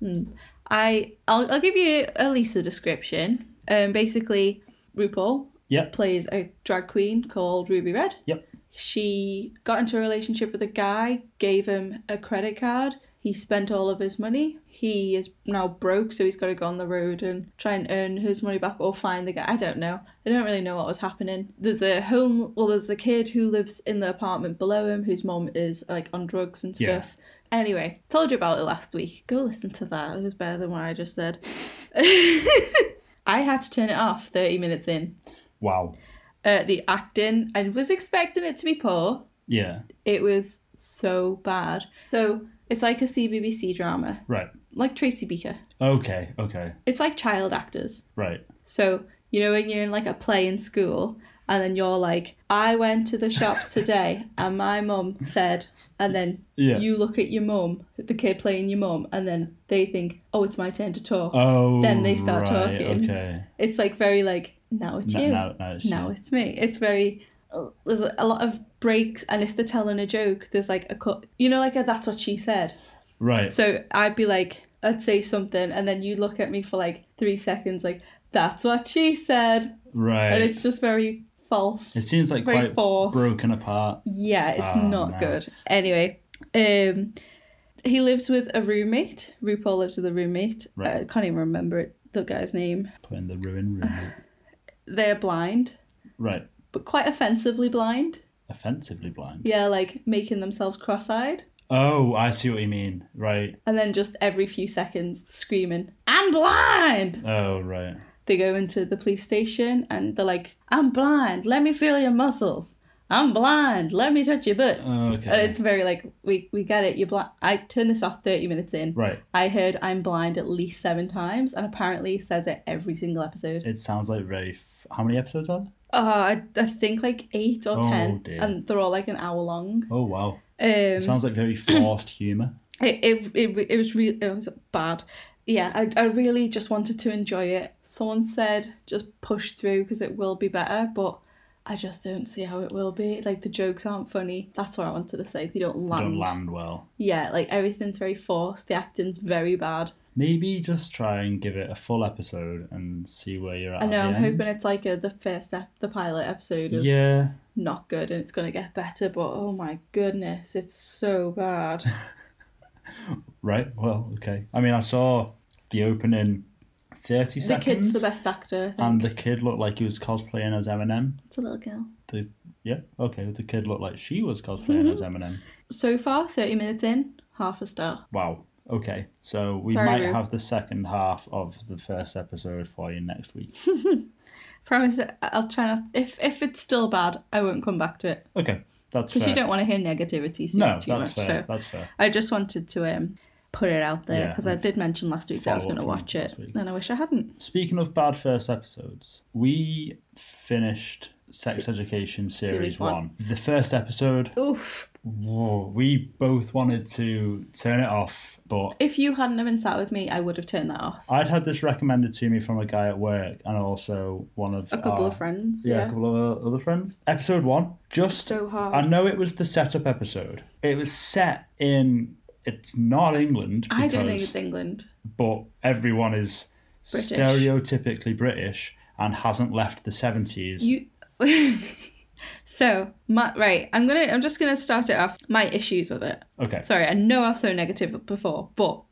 Speaker 1: Hmm. I I'll, I'll give you at least a description. Um, basically, RuPaul
Speaker 2: yep,
Speaker 1: plays a drag queen called Ruby Red.
Speaker 2: yep.
Speaker 1: She got into a relationship with a guy, gave him a credit card. He spent all of his money. He is now broke, so he's got to go on the road and try and earn his money back or find the guy. I don't know. I don't really know what was happening. There's a home, well, there's a kid who lives in the apartment below him whose mom is like on drugs and
Speaker 2: Yeah.
Speaker 1: stuff. Anyway, told you about it last week. Go listen to that. It was better than what I just said. I had to turn it off 30 minutes in.
Speaker 2: Wow.
Speaker 1: Uh, the acting, I was expecting it to be poor,
Speaker 2: Yeah.
Speaker 1: it was so bad. So it's like a CBBC drama,
Speaker 2: Right.
Speaker 1: like Tracy Beaker.
Speaker 2: Okay. Okay.
Speaker 1: It's like child actors.
Speaker 2: Right.
Speaker 1: So, you know, when you're in like a play in school and then you're like, I went to the shops today and my mum said, and then
Speaker 2: Yeah.
Speaker 1: you look at your mum, the kid playing your mum, and then they think, oh, it's my turn to talk.
Speaker 2: Oh.
Speaker 1: Then they start
Speaker 2: right,
Speaker 1: talking.
Speaker 2: Okay.
Speaker 1: it's like very like, now it's
Speaker 2: Now,
Speaker 1: you.
Speaker 2: now, now it's
Speaker 1: now it's me. It's very there's a lot of breaks, and if they're telling a joke, there's like a cut. You know, like a, that's what she said.
Speaker 2: Right.
Speaker 1: So I'd be like, I'd say something, and then you look at me for like three seconds, like that's what she said, and
Speaker 2: right.
Speaker 1: it's just very false.
Speaker 2: It seems like
Speaker 1: very
Speaker 2: quite
Speaker 1: forced.
Speaker 2: broken apart.
Speaker 1: Yeah, it's
Speaker 2: Oh,
Speaker 1: not
Speaker 2: no.
Speaker 1: good. Anyway, um, he lives with a roommate. RuPaul lives with a roommate.
Speaker 2: Right.
Speaker 1: I can't even remember it, the guy's name.
Speaker 2: Put in the ruin room.
Speaker 1: They're blind,
Speaker 2: right.
Speaker 1: but quite offensively blind.
Speaker 2: Offensively blind.
Speaker 1: Yeah, like making themselves cross-eyed,
Speaker 2: Oh, I see what you mean. Right.
Speaker 1: and then just every few seconds screaming, "I'm blind!"
Speaker 2: Oh, right.
Speaker 1: They go into the police station and they're like, "I'm blind. Let me feel your muscles. I'm blind. Let me touch your butt." And
Speaker 2: Okay.
Speaker 1: Uh, it's very like, "We we get it. You're blind." I turn this off thirty minutes in.
Speaker 2: Right.
Speaker 1: I heard I'm blind at least seven times, and apparently he says it every single episode.
Speaker 2: It sounds like very. F- How many episodes are there?
Speaker 1: Uh, I, I think like eight or
Speaker 2: Oh,
Speaker 1: ten,
Speaker 2: dear.
Speaker 1: and they're all like an hour long.
Speaker 2: Oh, wow.
Speaker 1: Um,
Speaker 2: It sounds like very forced humour.
Speaker 1: it, it, it, it was really it was bad. Yeah, I, I really just wanted to enjoy it. Someone said just push through because it will be better, but I just don't see how it will be. Like the jokes aren't funny. That's what I wanted to say. They don't
Speaker 2: They
Speaker 1: land.
Speaker 2: Don't land well.
Speaker 1: Yeah, like everything's very forced. The acting's very bad.
Speaker 2: Maybe just try and give it a full episode and see where you're at.
Speaker 1: I know.
Speaker 2: at the
Speaker 1: I'm
Speaker 2: end.
Speaker 1: hoping it's like a, the first ep- the pilot episode is
Speaker 2: Yeah.
Speaker 1: not good and it's gonna get better. But oh my goodness, it's so bad.
Speaker 2: Right. Well. Okay. I mean, I saw the opening thirty
Speaker 1: the kid's
Speaker 2: seconds,
Speaker 1: the best actor. I
Speaker 2: and
Speaker 1: think.
Speaker 2: the kid looked like he was cosplaying as Eminem.
Speaker 1: it's a little girl.
Speaker 2: The yeah. Okay. The kid looked like she was cosplaying
Speaker 1: Mm-hmm.
Speaker 2: as Eminem.
Speaker 1: So far, thirty minutes in, half a star.
Speaker 2: Wow. Okay. So we
Speaker 1: Sorry,
Speaker 2: might
Speaker 1: Rue.
Speaker 2: have the second half of the first episode for you next week.
Speaker 1: Promise, I- I'll try not. If if it's still bad, I won't come back to it
Speaker 2: Okay. That's
Speaker 1: because
Speaker 2: fair.
Speaker 1: you don't want to hear negativity so,
Speaker 2: no,
Speaker 1: too
Speaker 2: that's
Speaker 1: much.
Speaker 2: fair.
Speaker 1: So
Speaker 2: That's fair.
Speaker 1: I just wanted to um put it out there
Speaker 2: Yeah,
Speaker 1: because I did mention last week that I was
Speaker 2: follow
Speaker 1: going to
Speaker 2: up from
Speaker 1: watch it,
Speaker 2: last week.
Speaker 1: and I wish I hadn't.
Speaker 2: Speaking of bad first episodes, we finished Sex Education Series,
Speaker 1: Series
Speaker 2: one.
Speaker 1: one.
Speaker 2: The first episode,
Speaker 1: Oof!
Speaker 2: whoa, we both wanted to turn it off, but
Speaker 1: If you hadn't have been sat with me, I would have turned that off.
Speaker 2: I'd had this recommended to me from a guy at work and also one of
Speaker 1: a couple
Speaker 2: our-
Speaker 1: of friends.
Speaker 2: Ah, Yeah,
Speaker 1: Yeah,
Speaker 2: a couple of other friends. Episode one, just
Speaker 1: so hard.
Speaker 2: I know it was the setup episode. It was set in. It's not England. Because,
Speaker 1: I don't think it's England.
Speaker 2: But everyone is
Speaker 1: British.
Speaker 2: stereotypically British and hasn't left the seventies.
Speaker 1: You. so my right, I'm gonna. I'm just gonna start it off. My issues with it.
Speaker 2: Okay.
Speaker 1: Sorry, I know I was so negative before, but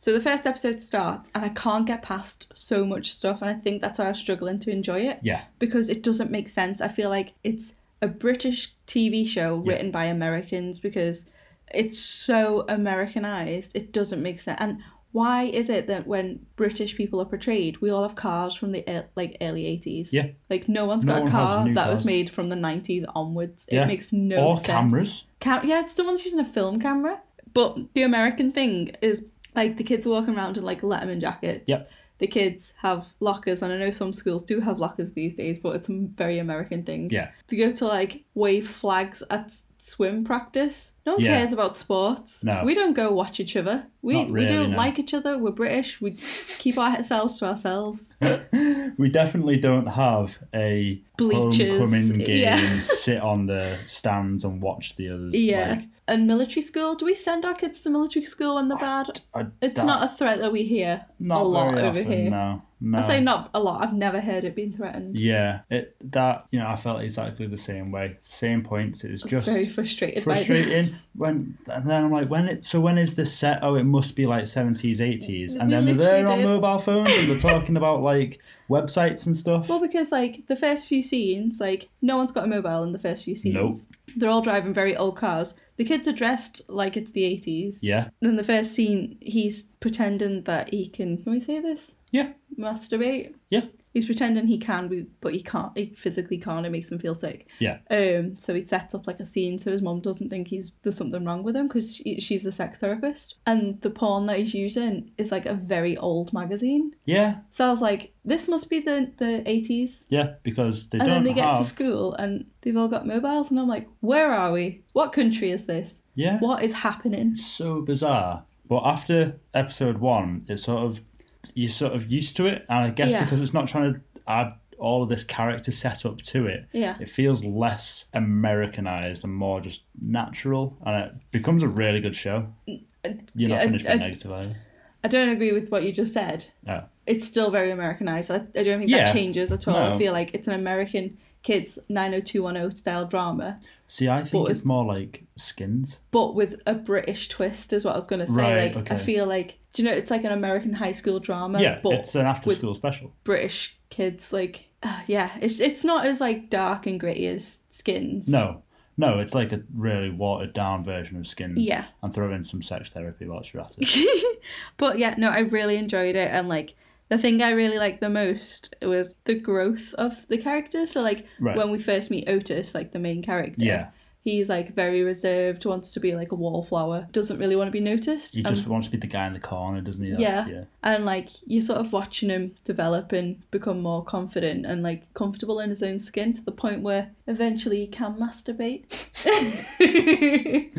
Speaker 1: so the first episode starts, and I can't get past so much stuff, and I think that's why I was struggling to enjoy it
Speaker 2: yeah.
Speaker 1: because it doesn't make sense. I feel like it's a British TV show written by Americans because it's so Americanized. It doesn't make sense. And why is it that when British people are portrayed, we all have cars from the ear- like early eighties?
Speaker 2: Yeah.
Speaker 1: Like no one's
Speaker 2: No
Speaker 1: got
Speaker 2: one
Speaker 1: a
Speaker 2: has
Speaker 1: car
Speaker 2: new
Speaker 1: that
Speaker 2: cars.
Speaker 1: was made from the nineties onwards.
Speaker 2: Yeah.
Speaker 1: It makes no
Speaker 2: or
Speaker 1: sense.
Speaker 2: cameras.
Speaker 1: Cam- yeah, it's someone's using a film camera. But the American thing is like the kids are walking around in like Letterman jackets.
Speaker 2: Yep.
Speaker 1: The kids have lockers, and I know some schools do have lockers these days, but it's a very American thing.
Speaker 2: Yeah.
Speaker 1: They go to like wave flags at s- swim practice. No one
Speaker 2: Yeah.
Speaker 1: cares about sports.
Speaker 2: No.
Speaker 1: We don't go watch each other. We
Speaker 2: Not
Speaker 1: we
Speaker 2: really,
Speaker 1: don't
Speaker 2: no.
Speaker 1: like each other. We're British. We keep ourselves to ourselves.
Speaker 2: We definitely don't have a
Speaker 1: Bleachers,
Speaker 2: homecoming game.
Speaker 1: yeah.
Speaker 2: sit on the stands and watch the others.
Speaker 1: Yeah.
Speaker 2: Like,
Speaker 1: and military school. Do we send our kids to military school when they're bad?
Speaker 2: I-
Speaker 1: It's
Speaker 2: that-
Speaker 1: not a threat that we hear
Speaker 2: not
Speaker 1: a lot
Speaker 2: very
Speaker 1: over
Speaker 2: often,
Speaker 1: here.
Speaker 2: No. No.
Speaker 1: I say not a lot. I've never heard it being threatened.
Speaker 2: Yeah, it that you know I felt exactly the same way, same points. It was
Speaker 1: I was
Speaker 2: just
Speaker 1: very frustrated by it.
Speaker 2: frustrating when and then I'm like, when it so when is this set? Oh, it must be like seventies, eighties, and
Speaker 1: We
Speaker 2: then they're there
Speaker 1: literally
Speaker 2: on
Speaker 1: did.
Speaker 2: mobile phones and they're talking about like websites and stuff.
Speaker 1: Well, because like the first few scenes, like no one's got a mobile in the first few scenes.
Speaker 2: Nope.
Speaker 1: They're all driving very old cars. The kids are dressed like it's the eighties.
Speaker 2: Yeah,
Speaker 1: Then the first scene, he's pretending that he can. Can we say this?
Speaker 2: yeah,
Speaker 1: Masturbate.
Speaker 2: yeah,
Speaker 1: He's pretending he can, be- but he can't. He physically can't. It makes him feel sick.
Speaker 2: yeah.
Speaker 1: Um, so he sets up like a scene so his mom doesn't think he's there's something wrong with him because she, she's a sex therapist, and the porn that he's using is like a very old magazine.
Speaker 2: Yeah,
Speaker 1: So I was like, this must be the the eighties,
Speaker 2: yeah, because they
Speaker 1: and
Speaker 2: don't
Speaker 1: then they get
Speaker 2: have
Speaker 1: to school and they've all got mobiles, and I'm like, where are we? What country is this?
Speaker 2: yeah,
Speaker 1: What is happening?
Speaker 2: so bizarre. But after episode one, it's sort of you're sort of used to it, and I guess
Speaker 1: Yeah.
Speaker 2: because it's not trying to add all of this character setup to it,
Speaker 1: Yeah.
Speaker 2: it feels less Americanized and more just natural, and it becomes a really good show. You're not
Speaker 1: I-
Speaker 2: finished with
Speaker 1: I-
Speaker 2: negative, are you?
Speaker 1: I don't agree with what you just said.
Speaker 2: Oh.
Speaker 1: It's still very Americanized. I, I don't think
Speaker 2: Yeah.
Speaker 1: that changes at all.
Speaker 2: No.
Speaker 1: I feel like it's an American kids 90210 style drama,
Speaker 2: See, I think
Speaker 1: But-
Speaker 2: it's more like Skins.
Speaker 1: but with a British twist, is what I was going to say.
Speaker 2: Right,
Speaker 1: like,
Speaker 2: okay.
Speaker 1: I feel like, do you know, it's like an American high school drama,
Speaker 2: yeah,
Speaker 1: but
Speaker 2: it's an
Speaker 1: with-
Speaker 2: after-school special.
Speaker 1: British kids, like, ah, yeah, it's, it's not as like dark and gritty as Skins.
Speaker 2: No, no, it's like a really watered-down version of Skins.
Speaker 1: Yeah.
Speaker 2: and throw in some sex therapy whilst you're at it.
Speaker 1: But yeah, no, I really enjoyed it. And like the thing I really liked the most was the growth of the character. So like
Speaker 2: Right.
Speaker 1: when we first meet Otis, like the main character,
Speaker 2: Yeah.
Speaker 1: he's like very reserved, wants to be like a wallflower, doesn't really want to be noticed.
Speaker 2: He
Speaker 1: Um,
Speaker 2: just wants to be the guy in the corner, doesn't he? That-
Speaker 1: Yeah.
Speaker 2: yeah.
Speaker 1: and like you're sort of watching him develop and become more confident and like comfortable in his own skin to the point where eventually he can masturbate.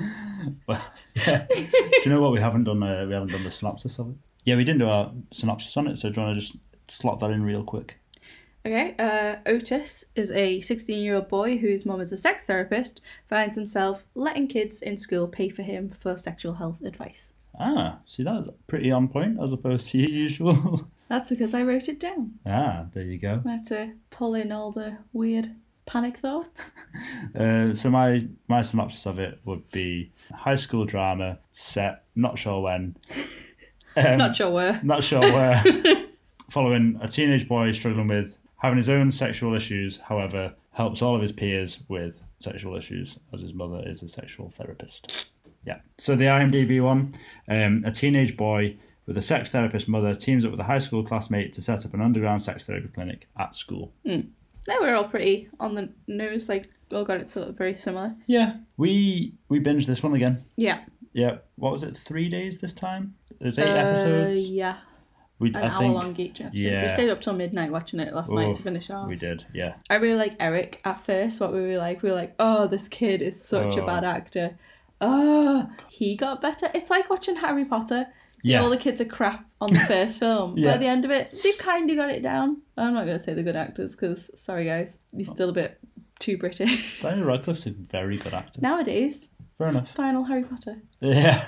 Speaker 2: Yeah. do you know what we haven't done? Uh, we haven't done the synopsis of it. Yeah, we didn't do our synopsis on it. So do you want to just slot that in real quick?
Speaker 1: Okay, uh, Otis is a 16 year old boy whose mom is a sex therapist, finds himself letting kids in school pay for him for sexual health advice.
Speaker 2: Ah, see, that's pretty on point as opposed to your usual.
Speaker 1: That's because I wrote it down.
Speaker 2: ah, there you go.
Speaker 1: I had to pull in all the weird panic thoughts.
Speaker 2: Uh, so my my synopsis of it would be high school drama set not sure when, um,
Speaker 1: Not sure where.
Speaker 2: not sure where, following a teenage boy struggling with having his own sexual issues. However, helps all of his peers with sexual issues as his mother is a sexual therapist. Yeah. So the IMDb one, um, a teenage boy. With a sex therapist mother teams up with a high school classmate to set up an underground sex therapy clinic at school.
Speaker 1: They were all pretty on the nose, like, all got it sort of very similar.
Speaker 2: Yeah, we we binged this one again.
Speaker 1: Yeah.
Speaker 2: Yeah, what was it? Three days this time. There's eight
Speaker 1: Uh,
Speaker 2: episodes.
Speaker 1: Yeah,
Speaker 2: We
Speaker 1: an
Speaker 2: I
Speaker 1: hour
Speaker 2: think
Speaker 1: long each episode.
Speaker 2: yeah.
Speaker 1: We stayed up till midnight watching it last night to
Speaker 2: Oof,
Speaker 1: finish off.
Speaker 2: we did. Yeah,
Speaker 1: I really like Eric at first. What we were like, we were like, oh, this kid is such
Speaker 2: Oh.
Speaker 1: a bad actor. Oh, he got better. It's like watching Harry Potter.
Speaker 2: Yeah.
Speaker 1: All the kids are crap on the first film.
Speaker 2: Yeah.
Speaker 1: But at the end of it, they've kind of got it down. I'm not going to say the good actors because, sorry guys, you're still a bit too British.
Speaker 2: Daniel Radcliffe's a very good actor.
Speaker 1: Nowadays,
Speaker 2: Fair enough.
Speaker 1: final Harry Potter.
Speaker 2: Yeah,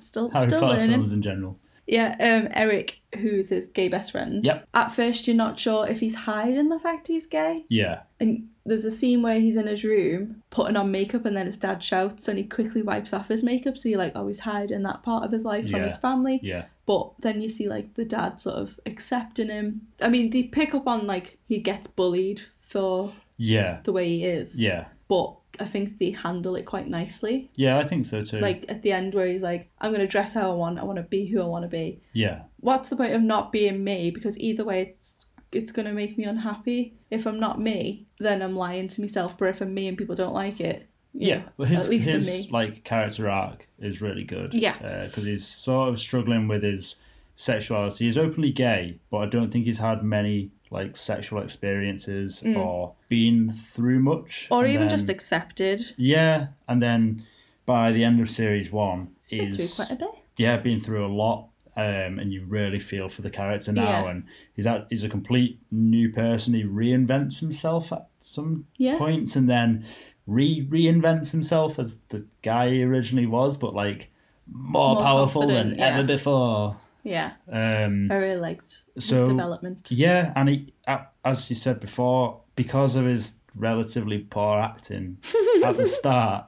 Speaker 1: Still,
Speaker 2: Harry
Speaker 1: still
Speaker 2: Potter
Speaker 1: learning.
Speaker 2: films in general.
Speaker 1: Yeah, um, Eric, who's his gay best friend.
Speaker 2: Yep.
Speaker 1: At first, you're not sure if he's hiding the fact he's gay.
Speaker 2: Yeah,
Speaker 1: And there's a scene where he's in his room putting on makeup, and then his dad shouts, and he quickly wipes off his makeup. So you're like, oh, he's hiding that part of his life from
Speaker 2: Yeah.
Speaker 1: his family.
Speaker 2: yeah,
Speaker 1: But then you see like the dad sort of accepting him. I mean, they pick up on like he gets bullied for
Speaker 2: yeah,
Speaker 1: the way he is.
Speaker 2: yeah,
Speaker 1: But I think they handle it quite nicely.
Speaker 2: yeah. I think so too.
Speaker 1: Like at the end, where he's like, I'm going to dress how I want, I want to be who I want to be.
Speaker 2: yeah,
Speaker 1: What's the point of not being me? Because either way, it's it's gonna make me unhappy. If I'm not me, then I'm lying to myself. But if I'm me and people don't like it, you
Speaker 2: yeah.
Speaker 1: know,
Speaker 2: Well, his
Speaker 1: at least
Speaker 2: his
Speaker 1: in me.
Speaker 2: like character arc is really good.
Speaker 1: Yeah.
Speaker 2: because he's sort of struggling with his sexuality. He's openly gay, but I don't think he's had many like sexual experiences or been through much,
Speaker 1: Mm. or
Speaker 2: And
Speaker 1: even
Speaker 2: then-
Speaker 1: just accepted.
Speaker 2: Yeah, and then by the end of series one
Speaker 1: Through
Speaker 2: is
Speaker 1: quite a bit.
Speaker 2: yeah, been through a lot, um, and you really feel for the character now,
Speaker 1: Yeah.
Speaker 2: and he's out, he's a complete new person. He reinvents himself at some
Speaker 1: Yeah.
Speaker 2: points, and then re reinvents himself as the guy he originally was, but like more,
Speaker 1: More
Speaker 2: powerful than
Speaker 1: confident, yeah.
Speaker 2: ever before.
Speaker 1: Yeah,
Speaker 2: Um,
Speaker 1: I really liked
Speaker 2: So-
Speaker 1: his development.
Speaker 2: yeah, and he, a- as you said before, because of his relatively poor acting at the start,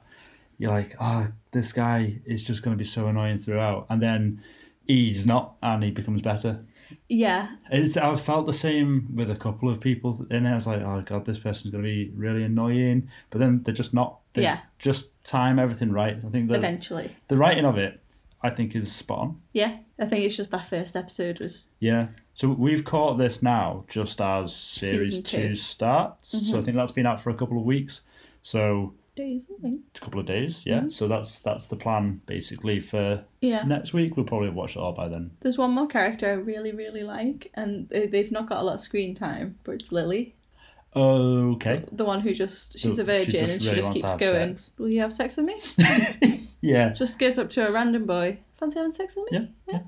Speaker 2: you're like, oh, this guy is just going to be so annoying throughout. And then he's not, and he becomes better.
Speaker 1: Yeah,
Speaker 2: It's, I felt the same with a couple of people in it. I was like, oh, God, this person's going to be really annoying. But then they're just not. They
Speaker 1: Yeah.
Speaker 2: just time everything right. I think the,
Speaker 1: eventually.
Speaker 2: the writing of it, I think, is spot on.
Speaker 1: Yeah, I think it's just that first episode was
Speaker 2: Yeah. So we've caught this now just as series
Speaker 1: Season
Speaker 2: two.
Speaker 1: two. Mm-hmm.
Speaker 2: starts. So I think that's been out for a couple of weeks. So
Speaker 1: days, I think.
Speaker 2: a couple of days, yeah.
Speaker 1: Mm-hmm.
Speaker 2: So that's that's the plan basically for
Speaker 1: Yeah.
Speaker 2: next week. We'll probably watch it all by then.
Speaker 1: There's one more character I really, really like, and they- they've not got a lot of screen time, but it's Lily. Oh,
Speaker 2: Okay.
Speaker 1: The one who just she's
Speaker 2: She
Speaker 1: a virgin
Speaker 2: just
Speaker 1: and she
Speaker 2: really
Speaker 1: just
Speaker 2: wants to
Speaker 1: keeps
Speaker 2: have
Speaker 1: going.
Speaker 2: sex.
Speaker 1: Will you have sex with me?
Speaker 2: Yeah.
Speaker 1: Just goes up to a random boy. Fancy having sex with me?
Speaker 2: Yeah.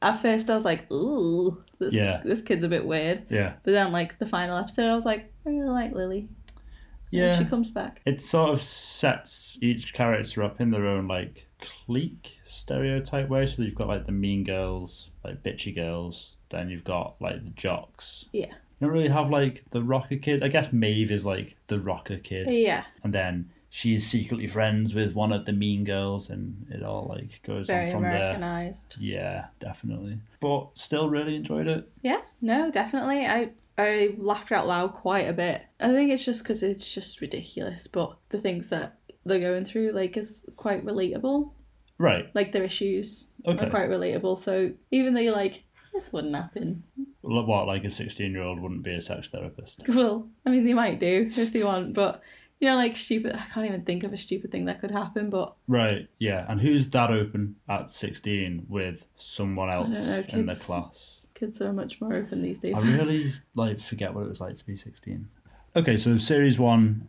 Speaker 1: At first, I was like, ooh, this,
Speaker 2: Yeah.
Speaker 1: this kid's a bit weird.
Speaker 2: Yeah.
Speaker 1: But then, like, the final episode, I was like, I really like Lily. I hope
Speaker 2: Yeah.
Speaker 1: She comes back.
Speaker 2: It sort of sets each character up in their own like clique stereotype way. So you've got like the mean girls, like bitchy girls. Then you've got like the jocks.
Speaker 1: Yeah.
Speaker 2: You don't really have like the rocker kid. I guess Maeve is like the rocker kid,
Speaker 1: Yeah.
Speaker 2: and then she is secretly friends with one of the mean girls, and it all like goes
Speaker 1: Very
Speaker 2: on from there.
Speaker 1: Americanized.
Speaker 2: Yeah, definitely. But still, really enjoyed it.
Speaker 1: Yeah, no, definitely. I I laughed out loud quite a bit. I think it's just because it's just ridiculous, but the things that they're going through like is quite relatable.
Speaker 2: Right.
Speaker 1: Like their issues
Speaker 2: Okay.
Speaker 1: are quite relatable. So even though you're like, this wouldn't happen.
Speaker 2: L- What like a sixteen-year-old wouldn't be a sex therapist.
Speaker 1: Well, I mean they might do if they want, but you know, like stupid. I can't even think of a stupid thing that could happen, but
Speaker 2: Right, yeah. And who's that open at 16 with someone
Speaker 1: don't
Speaker 2: else
Speaker 1: know,
Speaker 2: in the
Speaker 1: kids.
Speaker 2: class?
Speaker 1: kids are much more open these days.
Speaker 2: I really like forget what it was like to be 16. Okay, so series 1,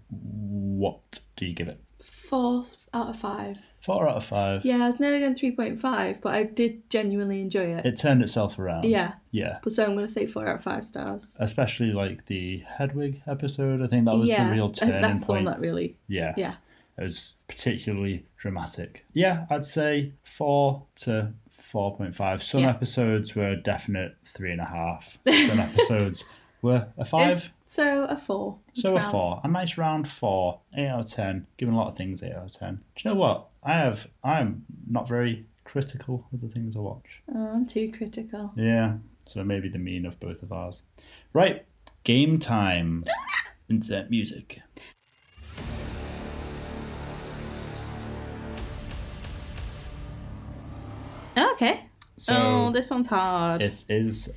Speaker 2: what do you give it?
Speaker 1: Four out of five.
Speaker 2: 4 out of 5.
Speaker 1: Yeah, I was nearly going three point five, but I did genuinely enjoy it
Speaker 2: It turned itself around.
Speaker 1: yeah.
Speaker 2: Yeah.
Speaker 1: But so I'm gonna say four out of five stars.
Speaker 2: Especially like the Hedwig episode. I think that was the real
Speaker 1: I-
Speaker 2: turning
Speaker 1: that's the one
Speaker 2: point.
Speaker 1: that really.
Speaker 2: Yeah.
Speaker 1: Yeah.
Speaker 2: It was particularly dramatic. Yeah, I'd say 4 to 4.5. Some
Speaker 1: Yeah.
Speaker 2: episodes were a definite 3.5. Some episodes were a 5.
Speaker 1: It's- so a four.
Speaker 2: So a
Speaker 1: Round.
Speaker 2: four, a nice round four, eight out of ten. Given a lot of things, eight out of ten. Do you know what? I have. I'm not very critical of the things I watch.
Speaker 1: Oh, I'm too critical.
Speaker 2: Yeah. So maybe the mean of both of ours. Right. Game time. Internet music.
Speaker 1: okay.
Speaker 2: So
Speaker 1: oh, this one's hard.
Speaker 2: it is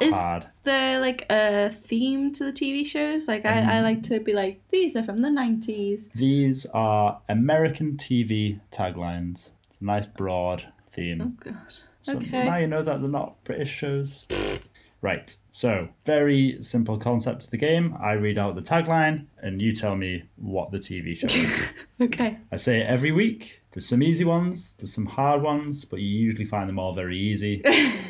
Speaker 1: Is-
Speaker 2: hard.
Speaker 1: They're like a theme to the TV shows. Like I,
Speaker 2: Um,
Speaker 1: I like to be like these are from the nineties.
Speaker 2: These are American TV taglines. It's a nice broad theme.
Speaker 1: Oh god.
Speaker 2: So
Speaker 1: okay.
Speaker 2: now you know that they're not British shows. right. So, very simple concept to the game. I read out the tagline and you tell me what the TV show is.
Speaker 1: okay.
Speaker 2: I say it every week. There's some easy ones, there's some hard ones, but you usually find them all very easy.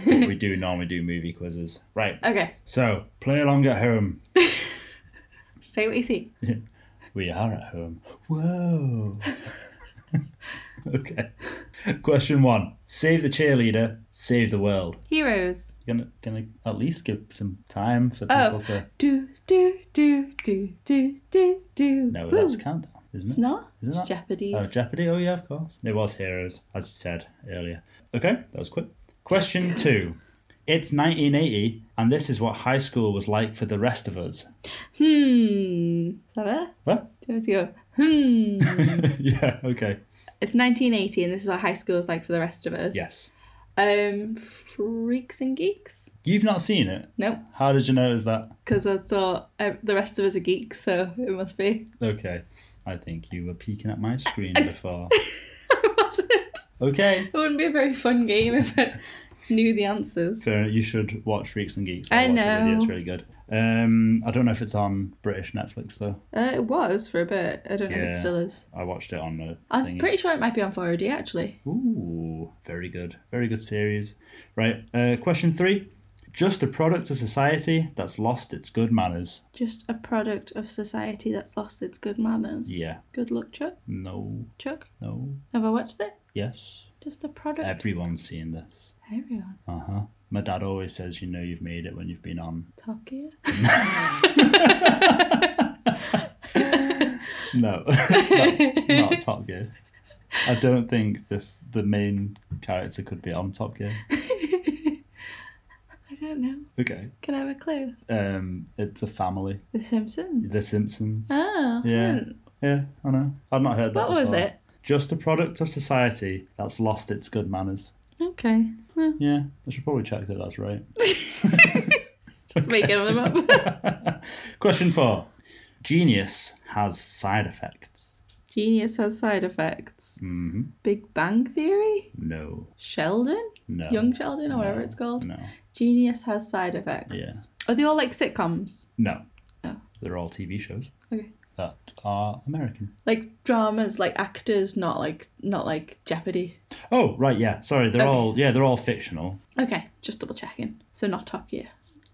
Speaker 2: we do normally do movie quizzes. Right.
Speaker 1: Okay.
Speaker 2: So, play along at home.
Speaker 1: Say what you see.
Speaker 2: We are at home. Whoa. okay. Question one Save the cheerleader, save the world.
Speaker 1: Heroes.
Speaker 2: gonna gonna at least give some time for
Speaker 1: Oh.
Speaker 2: people to
Speaker 1: Do do do do do do do.
Speaker 2: know
Speaker 1: Woo.
Speaker 2: that's countdown,
Speaker 1: It's
Speaker 2: isn't it?
Speaker 1: not.
Speaker 2: Isn't
Speaker 1: it's
Speaker 2: that-
Speaker 1: Jeopardy's.
Speaker 2: Oh, Jeopardy! Oh yeah, of course. It was Heroes, as you said earlier. Okay, that was quick. Question two. It's 1980, and this is what high school was like for the rest of us.
Speaker 1: hmm. Is that it?
Speaker 2: What?
Speaker 1: Do you want to go? Hmm.
Speaker 2: yeah. Okay.
Speaker 1: It's 1980, and this is what high school is like for the rest of us.
Speaker 2: Yes.
Speaker 1: Um, freaks and geeks.
Speaker 2: You've not seen it.
Speaker 1: No,
Speaker 2: How did you notice that?
Speaker 1: because I thought uh, the rest of us are geeks, so it must be.
Speaker 2: Okay. I think you were peeking at my screen before.
Speaker 1: I wasn't. It
Speaker 2: Okay.
Speaker 1: wouldn't be a very fun game if I knew the answers.
Speaker 2: Fair. You should watch Freaks and Geeks.
Speaker 1: I
Speaker 2: watch it with you, It's
Speaker 1: know.
Speaker 2: really good. Um, I don't know if it's on British Netflix though.
Speaker 1: Uh, it was for a bit. I don't know if it
Speaker 2: Yeah.
Speaker 1: still is.
Speaker 2: I watched it on the
Speaker 1: I'm
Speaker 2: thingy.
Speaker 1: pretty sure it might be on 4OD actually.
Speaker 2: Ooh, very good. Very good series. Right, uh, question three. Just a product of society that's lost its good manners.
Speaker 1: Just a product of society that's lost its good manners.
Speaker 2: Yeah.
Speaker 1: Good luck, Chuck.
Speaker 2: No,
Speaker 1: Chuck,
Speaker 2: no.
Speaker 1: have I watched it?
Speaker 2: Yes.
Speaker 1: Just a product.
Speaker 2: Everyone's seen this.
Speaker 1: Everyone.
Speaker 2: Uh huh. My dad always says, you know, you've made it when you've been on.
Speaker 1: Top Gear.
Speaker 2: No, it's not, not Top Gear. I don't think this the main character could be on Top Gear.
Speaker 1: I don't know.
Speaker 2: Okay.
Speaker 1: Can I have a clue?
Speaker 2: Um, it's a family.
Speaker 1: The Simpsons.
Speaker 2: The Simpsons.
Speaker 1: Oh,
Speaker 2: Yeah.
Speaker 1: hmm.
Speaker 2: Yeah, I know. I've not heard that.
Speaker 1: What was
Speaker 2: before.
Speaker 1: it?
Speaker 2: Just a product of society that's lost its good manners.
Speaker 1: Okay. Well,
Speaker 2: Yeah, I should probably check that that's right.
Speaker 1: just making them up.
Speaker 2: Question four Genius has side effects.
Speaker 1: Genius has side effects.
Speaker 2: hmm
Speaker 1: Big Bang Theory?
Speaker 2: No,
Speaker 1: Sheldon?
Speaker 2: no.
Speaker 1: Young Sheldon, or whatever
Speaker 2: No.
Speaker 1: it's called.
Speaker 2: No,
Speaker 1: Genius has side effects.
Speaker 2: Yeah.
Speaker 1: Are they all like sitcoms?
Speaker 2: no.
Speaker 1: Oh.
Speaker 2: They're all TV shows.
Speaker 1: Okay.
Speaker 2: that are American.
Speaker 1: Like dramas, like actors, not like not like Jeopardy.
Speaker 2: Oh, right, yeah. Sorry, they're
Speaker 1: Okay.
Speaker 2: all yeah, they're all fictional.
Speaker 1: Okay, just double checking. So not Top Gear.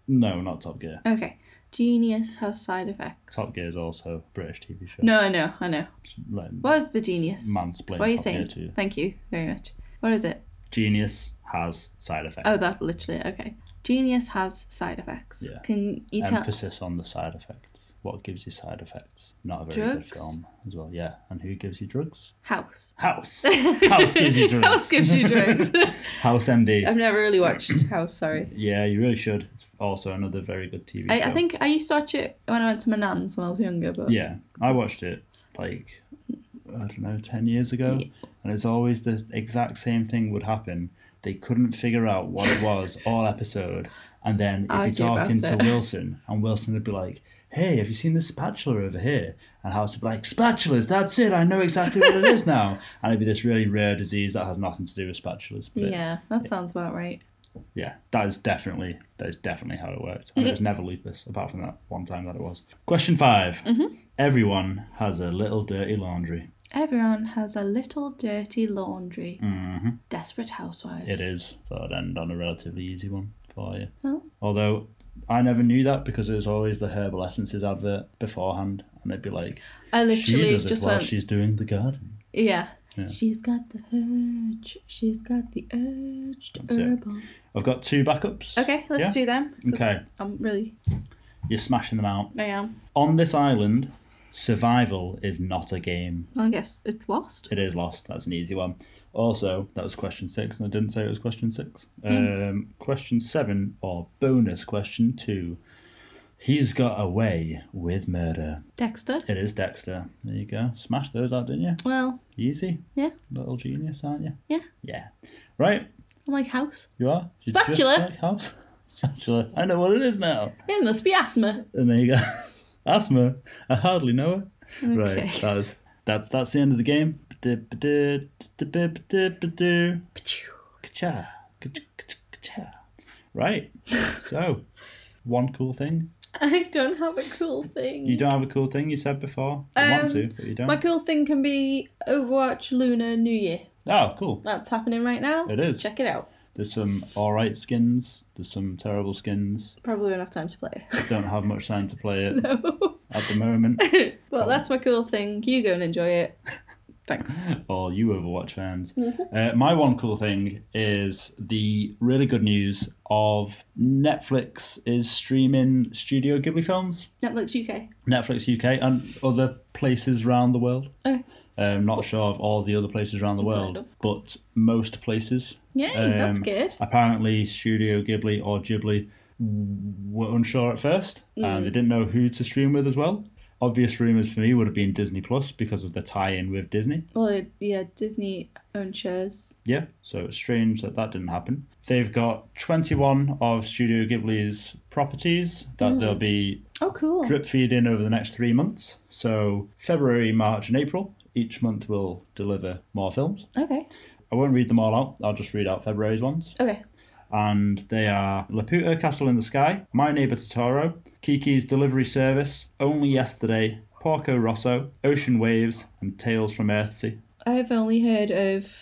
Speaker 2: No, not Top Gear.
Speaker 1: Okay, Genius has side effects.
Speaker 2: Top Gear is also a British TV show.
Speaker 1: No, I know, I know.
Speaker 2: It's like
Speaker 1: What is the Genius?
Speaker 2: mansplain
Speaker 1: What are you
Speaker 2: Top
Speaker 1: saying?
Speaker 2: Gear to you.
Speaker 1: Thank you very much. What is it?
Speaker 2: Genius has side effects.
Speaker 1: Oh, that's literally it, okay. Genius has side effects.
Speaker 2: Yeah.
Speaker 1: Can you tell?
Speaker 2: emphasis on the side effects. What gives you side effects? Not a very
Speaker 1: Drugs?
Speaker 2: good film as well. Yeah, and who gives you drugs?
Speaker 1: House.
Speaker 2: House. House gives you drugs.
Speaker 1: House gives you drugs.
Speaker 2: House MD.
Speaker 1: I've never really watched House. Sorry.
Speaker 2: Yeah, you really should. It's also another very good TV
Speaker 1: I,
Speaker 2: show.
Speaker 1: I think I used to watch it when I went to my nan's when I was younger, but
Speaker 2: Yeah, I watched it like I don't know, ten years ago,
Speaker 1: Yeah.
Speaker 2: and it's always the exact same thing would happen. They couldn't figure out what it was all episode, and then it'd
Speaker 1: Argue
Speaker 2: be talking
Speaker 1: about
Speaker 2: to
Speaker 1: it.
Speaker 2: Wilson, and Wilson would be like, "Hey, have you seen this spatula over here?" And House would be like, "Spatulas, that's it. I know exactly what it is now." And it'd be this really rare disease that has nothing to do with spatulas. But yeah,
Speaker 1: Yeah, that sounds about right.
Speaker 2: yeah, that is definitely that is definitely how it worked.
Speaker 1: Mm-hmm.
Speaker 2: And it was never lupus, apart from that one time that it was. Question 5
Speaker 1: Mm-hmm.
Speaker 2: Everyone has a little dirty laundry.
Speaker 1: Everyone has a little dirty laundry.
Speaker 2: hmm
Speaker 1: Desperate housewives.
Speaker 2: It is. Thought I'd end on a relatively easy one for you.
Speaker 1: Oh.
Speaker 2: Although I never knew that because it was always the herbal essences advert beforehand, and they'd be like,
Speaker 1: I
Speaker 2: "She
Speaker 1: literally
Speaker 2: does it
Speaker 1: just
Speaker 2: while
Speaker 1: went.
Speaker 2: she's doing the garden."
Speaker 1: Yeah.
Speaker 2: Yeah.
Speaker 1: She's got the urge. She's got the urge to
Speaker 2: That's it.
Speaker 1: herbal.
Speaker 2: I've got two backups.
Speaker 1: Okay, let's
Speaker 2: Yeah?
Speaker 1: do them. 'cause
Speaker 2: Okay.
Speaker 1: I'm really.
Speaker 2: You're smashing them out.
Speaker 1: I am.
Speaker 2: On this island, survival is not a game.
Speaker 1: I guess it's lost.
Speaker 2: It is lost. That's an easy one. Also, that was question six, and I didn't say it was question six.
Speaker 1: Hmm.
Speaker 2: Um, question seven, or bonus question two. He's got away with murder.
Speaker 1: Dexter.
Speaker 2: It is Dexter. There you go. Smash those out, didn't you?
Speaker 1: Well,
Speaker 2: Easy.
Speaker 1: Yeah.
Speaker 2: Little genius, aren't you?
Speaker 1: Yeah.
Speaker 2: Yeah. Right.
Speaker 1: I'm like house.
Speaker 2: You are. You're just
Speaker 1: Spatula.
Speaker 2: like house. Spatula. I know what it is now.
Speaker 1: It must be asthma.
Speaker 2: And there you go. Asthma. I hardly know it.
Speaker 1: Okay.
Speaker 2: Right. That is. That's that's the end of the game.
Speaker 1: Pachoo.
Speaker 2: Ka-cha, ka-cha, ka-cha, ka-cha. Right. So, one cool thing.
Speaker 1: I don't have a cool thing.
Speaker 2: You don't have a cool thing you said before. You
Speaker 1: Um,
Speaker 2: want to, but you don't.
Speaker 1: My cool thing can be Overwatch Lunar New Year.
Speaker 2: Oh, cool.
Speaker 1: That's happening right now.
Speaker 2: It is.
Speaker 1: Check it out.
Speaker 2: There's some alright skins. There's some terrible skins.
Speaker 1: Probably won't have time to play.
Speaker 2: Don't have much time to play it
Speaker 1: no.
Speaker 2: at the moment.
Speaker 1: well, that's my cool thing. You go and enjoy it. Thanks. Mm-hmm.
Speaker 2: All you Overwatch fans. Uh, my one cool thing is the really good news of Netflix is streaming Studio Ghibli films.
Speaker 1: Netflix UK.
Speaker 2: Netflix UK and other places around the world.
Speaker 1: Oh.
Speaker 2: Um, not sure of all the other places around the
Speaker 1: That's
Speaker 2: world,
Speaker 1: right.
Speaker 2: but most places.
Speaker 1: Yay, that's
Speaker 2: Um,
Speaker 1: good.
Speaker 2: Apparently, Studio Ghibli or Ghibli were unsure at first, and they didn't know who to stream with as well. Obvious rumors for me would have been Disney Plus because of the tie-in with Disney.
Speaker 1: Well, yeah, Disney own shares.
Speaker 2: Yeah, so it's strange that that didn't happen. They've got 21 of Studio Ghibli's properties that they'll be
Speaker 1: Oh, cool.
Speaker 2: drip feed in over the next three months. So February, March, and April. Each month will deliver more films.
Speaker 1: Okay.
Speaker 2: I won't read them all out. I'll just read out February's ones.
Speaker 1: Okay.
Speaker 2: And they are Laputa Castle in the Sky, My Neighbor Totoro, Kiki's Delivery Service, Only Yesterday, Porco Rosso, Ocean Waves, and Tales from Earthsea.
Speaker 1: I've only heard of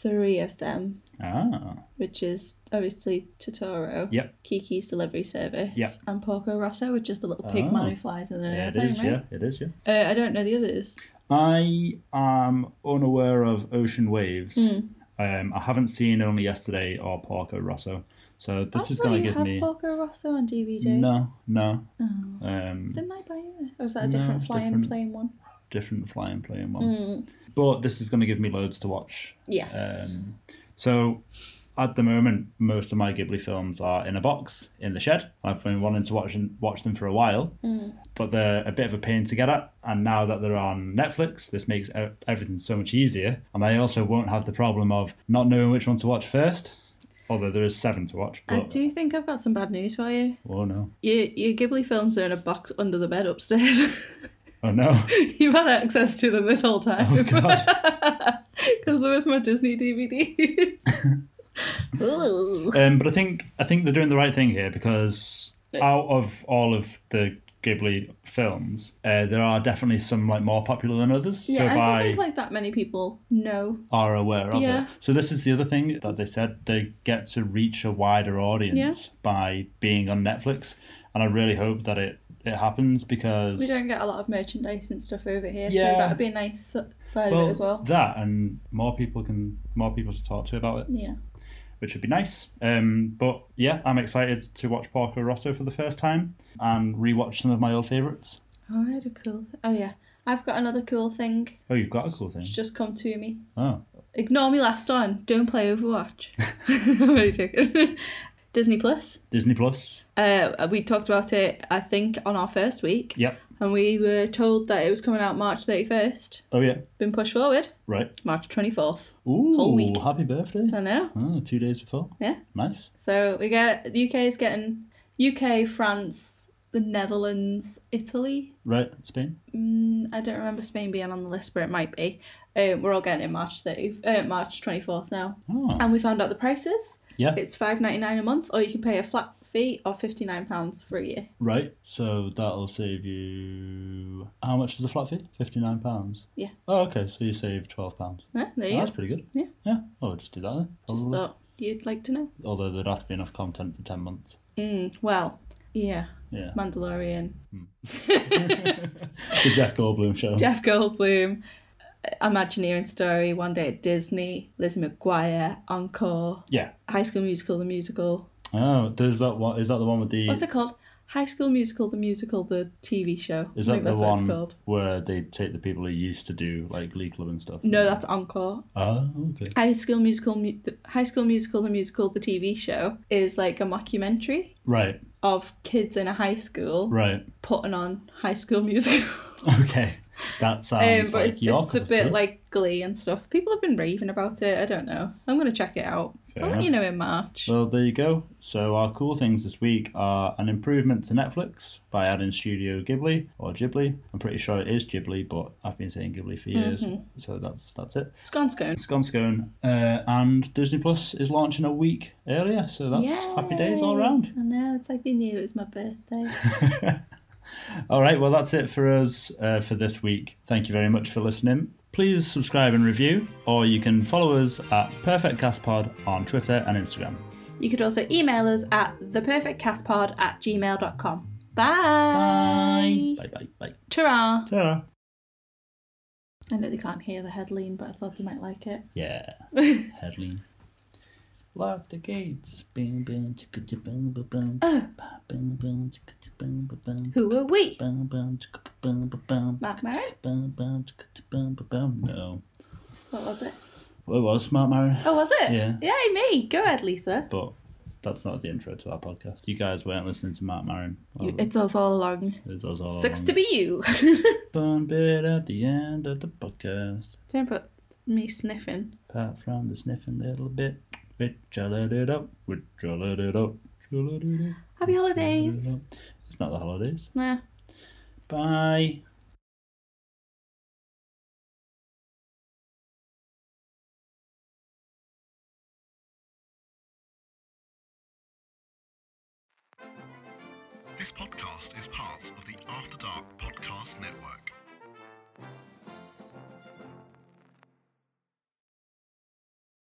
Speaker 1: three of them,
Speaker 2: Ah,
Speaker 1: which is obviously Totoro,
Speaker 2: Yep.
Speaker 1: Kiki's Delivery Service,
Speaker 2: Yep.
Speaker 1: and Porco Rosso, which is the little pig man
Speaker 2: Oh.
Speaker 1: who flies in an
Speaker 2: yeah, it
Speaker 1: airplane,
Speaker 2: is,
Speaker 1: right?
Speaker 2: yeah, it is, yeah.
Speaker 1: Uh, I don't know the others.
Speaker 2: I am unaware of Ocean Waves.
Speaker 1: Hmm.
Speaker 2: Um, I haven't seen Only Yesterday or Porco Rosso, so this
Speaker 1: I
Speaker 2: is
Speaker 1: thought
Speaker 2: going
Speaker 1: you
Speaker 2: to give
Speaker 1: have
Speaker 2: me
Speaker 1: Porco Rosso on DVD.
Speaker 2: no, no,
Speaker 1: Oh.
Speaker 2: um,
Speaker 1: Didn't I buy it? Or was that a
Speaker 2: No,
Speaker 1: different flying
Speaker 2: different.
Speaker 1: plane one?
Speaker 2: different flying playing one.
Speaker 1: Hmm.
Speaker 2: But this is going to give me loads to watch.
Speaker 1: Yes.
Speaker 2: Um, so at the moment, most of my Ghibli films are in a box in the shed. I've been wanting to watch and watch them for a while,
Speaker 1: Mm.
Speaker 2: but they're a bit of a pain to get at. And now that they're on Netflix, this makes e- everything so much easier. And I also won't have the problem of not knowing which one to watch first. Although there is seven to watch,
Speaker 1: I
Speaker 2: but
Speaker 1: do think I've got some bad news for you.
Speaker 2: oh no,
Speaker 1: Your, your Ghibli films are in a box under the bed upstairs.
Speaker 2: oh no,
Speaker 1: You've had access to them this whole time.
Speaker 2: Oh, God.
Speaker 1: Because there was my Disney DVDs. Ooh.
Speaker 2: Um, but I think I think they're doing the right thing here because out of all of the Ghibli films, uh, there are definitely some like more popular than others.
Speaker 1: Yeah,
Speaker 2: so if
Speaker 1: I don't
Speaker 2: I
Speaker 1: think like that many people know.
Speaker 2: are aware of
Speaker 1: Yeah.
Speaker 2: it. So this is the other thing that they said they get to reach a wider audience by being on Netflix, and I really hope that it it happens because
Speaker 1: We don't get a lot of merchandise and stuff over here,
Speaker 2: Yeah.
Speaker 1: so that'd be a nice s- side
Speaker 2: well,
Speaker 1: of it as well.
Speaker 2: that and more people can more people to talk to about it.
Speaker 1: Yeah.
Speaker 2: which would be nice. Um, but yeah, I'm excited to watch Porco Rosso for the first time and rewatch some of my old favourites.
Speaker 1: Oh, I had a cool. Th- oh yeah, I've got another cool thing.
Speaker 2: Oh, you've got a cool thing.
Speaker 1: It's just come to me.
Speaker 2: Oh,
Speaker 1: Ignore me last on. Don't play Overwatch. I'm only joking. Disney Plus.
Speaker 2: Disney Plus.
Speaker 1: Uh, we talked about it, I think, on our first week,
Speaker 2: Yep.
Speaker 1: and we were told that it was coming out March 31st.
Speaker 2: Oh yeah.
Speaker 1: Been pushed forward
Speaker 2: Right.
Speaker 1: March 24th. Whole
Speaker 2: Ooh,
Speaker 1: week.
Speaker 2: happy birthday.
Speaker 1: I know.
Speaker 2: Oh, two days before.
Speaker 1: Yeah.
Speaker 2: Nice.
Speaker 1: So we get the UK is getting UK, France, the Netherlands, Italy.
Speaker 2: Right, Spain.
Speaker 1: Mm, I don't remember Spain being on the list, but it might be. Um, we're all getting it March 30, uh, March 24th now.
Speaker 2: Oh,
Speaker 1: And we found out the prices.
Speaker 2: Yeah.
Speaker 1: It's five ninety nine a month, or you can pay a flat fee of fifty nine pounds for a year.
Speaker 2: right. So that'll save you. How much is the flat fee? Fifty-nine pounds.
Speaker 1: Yeah.
Speaker 2: Oh, okay. So you save twelve pounds.
Speaker 1: Eh, there you
Speaker 2: Oh,
Speaker 1: go.
Speaker 2: that's pretty good.
Speaker 1: Yeah.
Speaker 2: Yeah. Oh, just do that then.
Speaker 1: Just
Speaker 2: probably.
Speaker 1: thought you'd like to know.
Speaker 2: Although there'd have to be enough content for ten months.
Speaker 1: Mm, well, yeah,
Speaker 2: Yeah.
Speaker 1: Mandalorian,
Speaker 2: The Jeff Goldblum show.
Speaker 1: Jeff Goldblum, uh, Imagineering Story, One Day at Disney, Lizzie McGuire, Encore,
Speaker 2: yeah.
Speaker 1: High School Musical, the musical.
Speaker 2: Oh, there's that one. Is that the one with the?
Speaker 1: What's it called? High School Musical, the musical, the TV show.
Speaker 2: Is
Speaker 1: I
Speaker 2: that
Speaker 1: think
Speaker 2: the
Speaker 1: that's what it's
Speaker 2: one
Speaker 1: called.
Speaker 2: where they take the people who used to do like Glee Club and stuff?
Speaker 1: No, that's Encore.
Speaker 2: Oh, okay.
Speaker 1: High School Musical, mu- the- High School Musical, the musical, the TV show is like a mockumentary
Speaker 2: Right,
Speaker 1: of kids in a high school
Speaker 2: right.
Speaker 1: putting on High School Musical.
Speaker 2: Okay, that sounds
Speaker 1: um, but
Speaker 2: like
Speaker 1: it-
Speaker 2: your
Speaker 1: it's a
Speaker 2: cup of
Speaker 1: bit
Speaker 2: tea.
Speaker 1: like Glee and stuff. People have been raving about it. I don't know. I'm gonna check it out.
Speaker 2: Fair
Speaker 1: I'll let you know in March.
Speaker 2: Well, there you go. So our cool things this week are an improvement to Netflix by adding Studio Ghibli or Ghibli. I'm pretty sure it is Ghibli, but I've been saying Ghibli for years,
Speaker 1: Mm-hmm.
Speaker 2: so that's that's it.
Speaker 1: Scone's going.
Speaker 2: Scone Scone uh, and Disney Plus is launching a week earlier, so that's happy days all
Speaker 1: Yay.
Speaker 2: round.
Speaker 1: I know. It's like they knew it was my birthday.
Speaker 2: All right, well, that's it for us uh, for this week. Thank you very much for listening. Please subscribe and review, or you can follow us at Perfect Cast Pod on Twitter and Instagram.
Speaker 1: you could also email us at theperfectcastpod at gmail.com. Bye.
Speaker 2: Bye, bye, bye.
Speaker 1: Ta-ra.
Speaker 2: Ta-ra.
Speaker 1: I know they can't hear the head lean, but I thought they might like it.
Speaker 2: Yeah, Headline. Lock the gates. Boom, boom, chicka, chicka, boom, boom, boom.
Speaker 1: Oh.
Speaker 2: Ba, boom, boom, chicka, chicka, boom, boom, boom.
Speaker 1: Who are we?
Speaker 2: Boom, boom, chicka, boom, boom, boom.
Speaker 1: Mark Maron?
Speaker 2: Boom, boom, chicka, chicka, boom, boom, boom. No.
Speaker 1: What was it?
Speaker 2: Well, it was Smart Marin.
Speaker 1: Oh, was it?
Speaker 2: Yeah.
Speaker 1: Yay, me. Go ahead, Lisa.
Speaker 2: But that's not the intro to our podcast. You guys weren't listening to Mark Maron.
Speaker 1: You, it's us all along.
Speaker 2: There's us all
Speaker 1: Sucks
Speaker 2: along.
Speaker 1: to be you.
Speaker 2: Um. fun bit at the end of the podcast.
Speaker 1: Don't put me sniffing.
Speaker 2: Apart from the sniffing little bit, we jollied it up. We jollied it up. Jollied it up.
Speaker 1: Happy
Speaker 2: jollied
Speaker 1: holidays.
Speaker 2: it up. It's not the holidays.
Speaker 1: Nah.
Speaker 2: Bye.
Speaker 3: This podcast is part of the After Dark Podcast Network.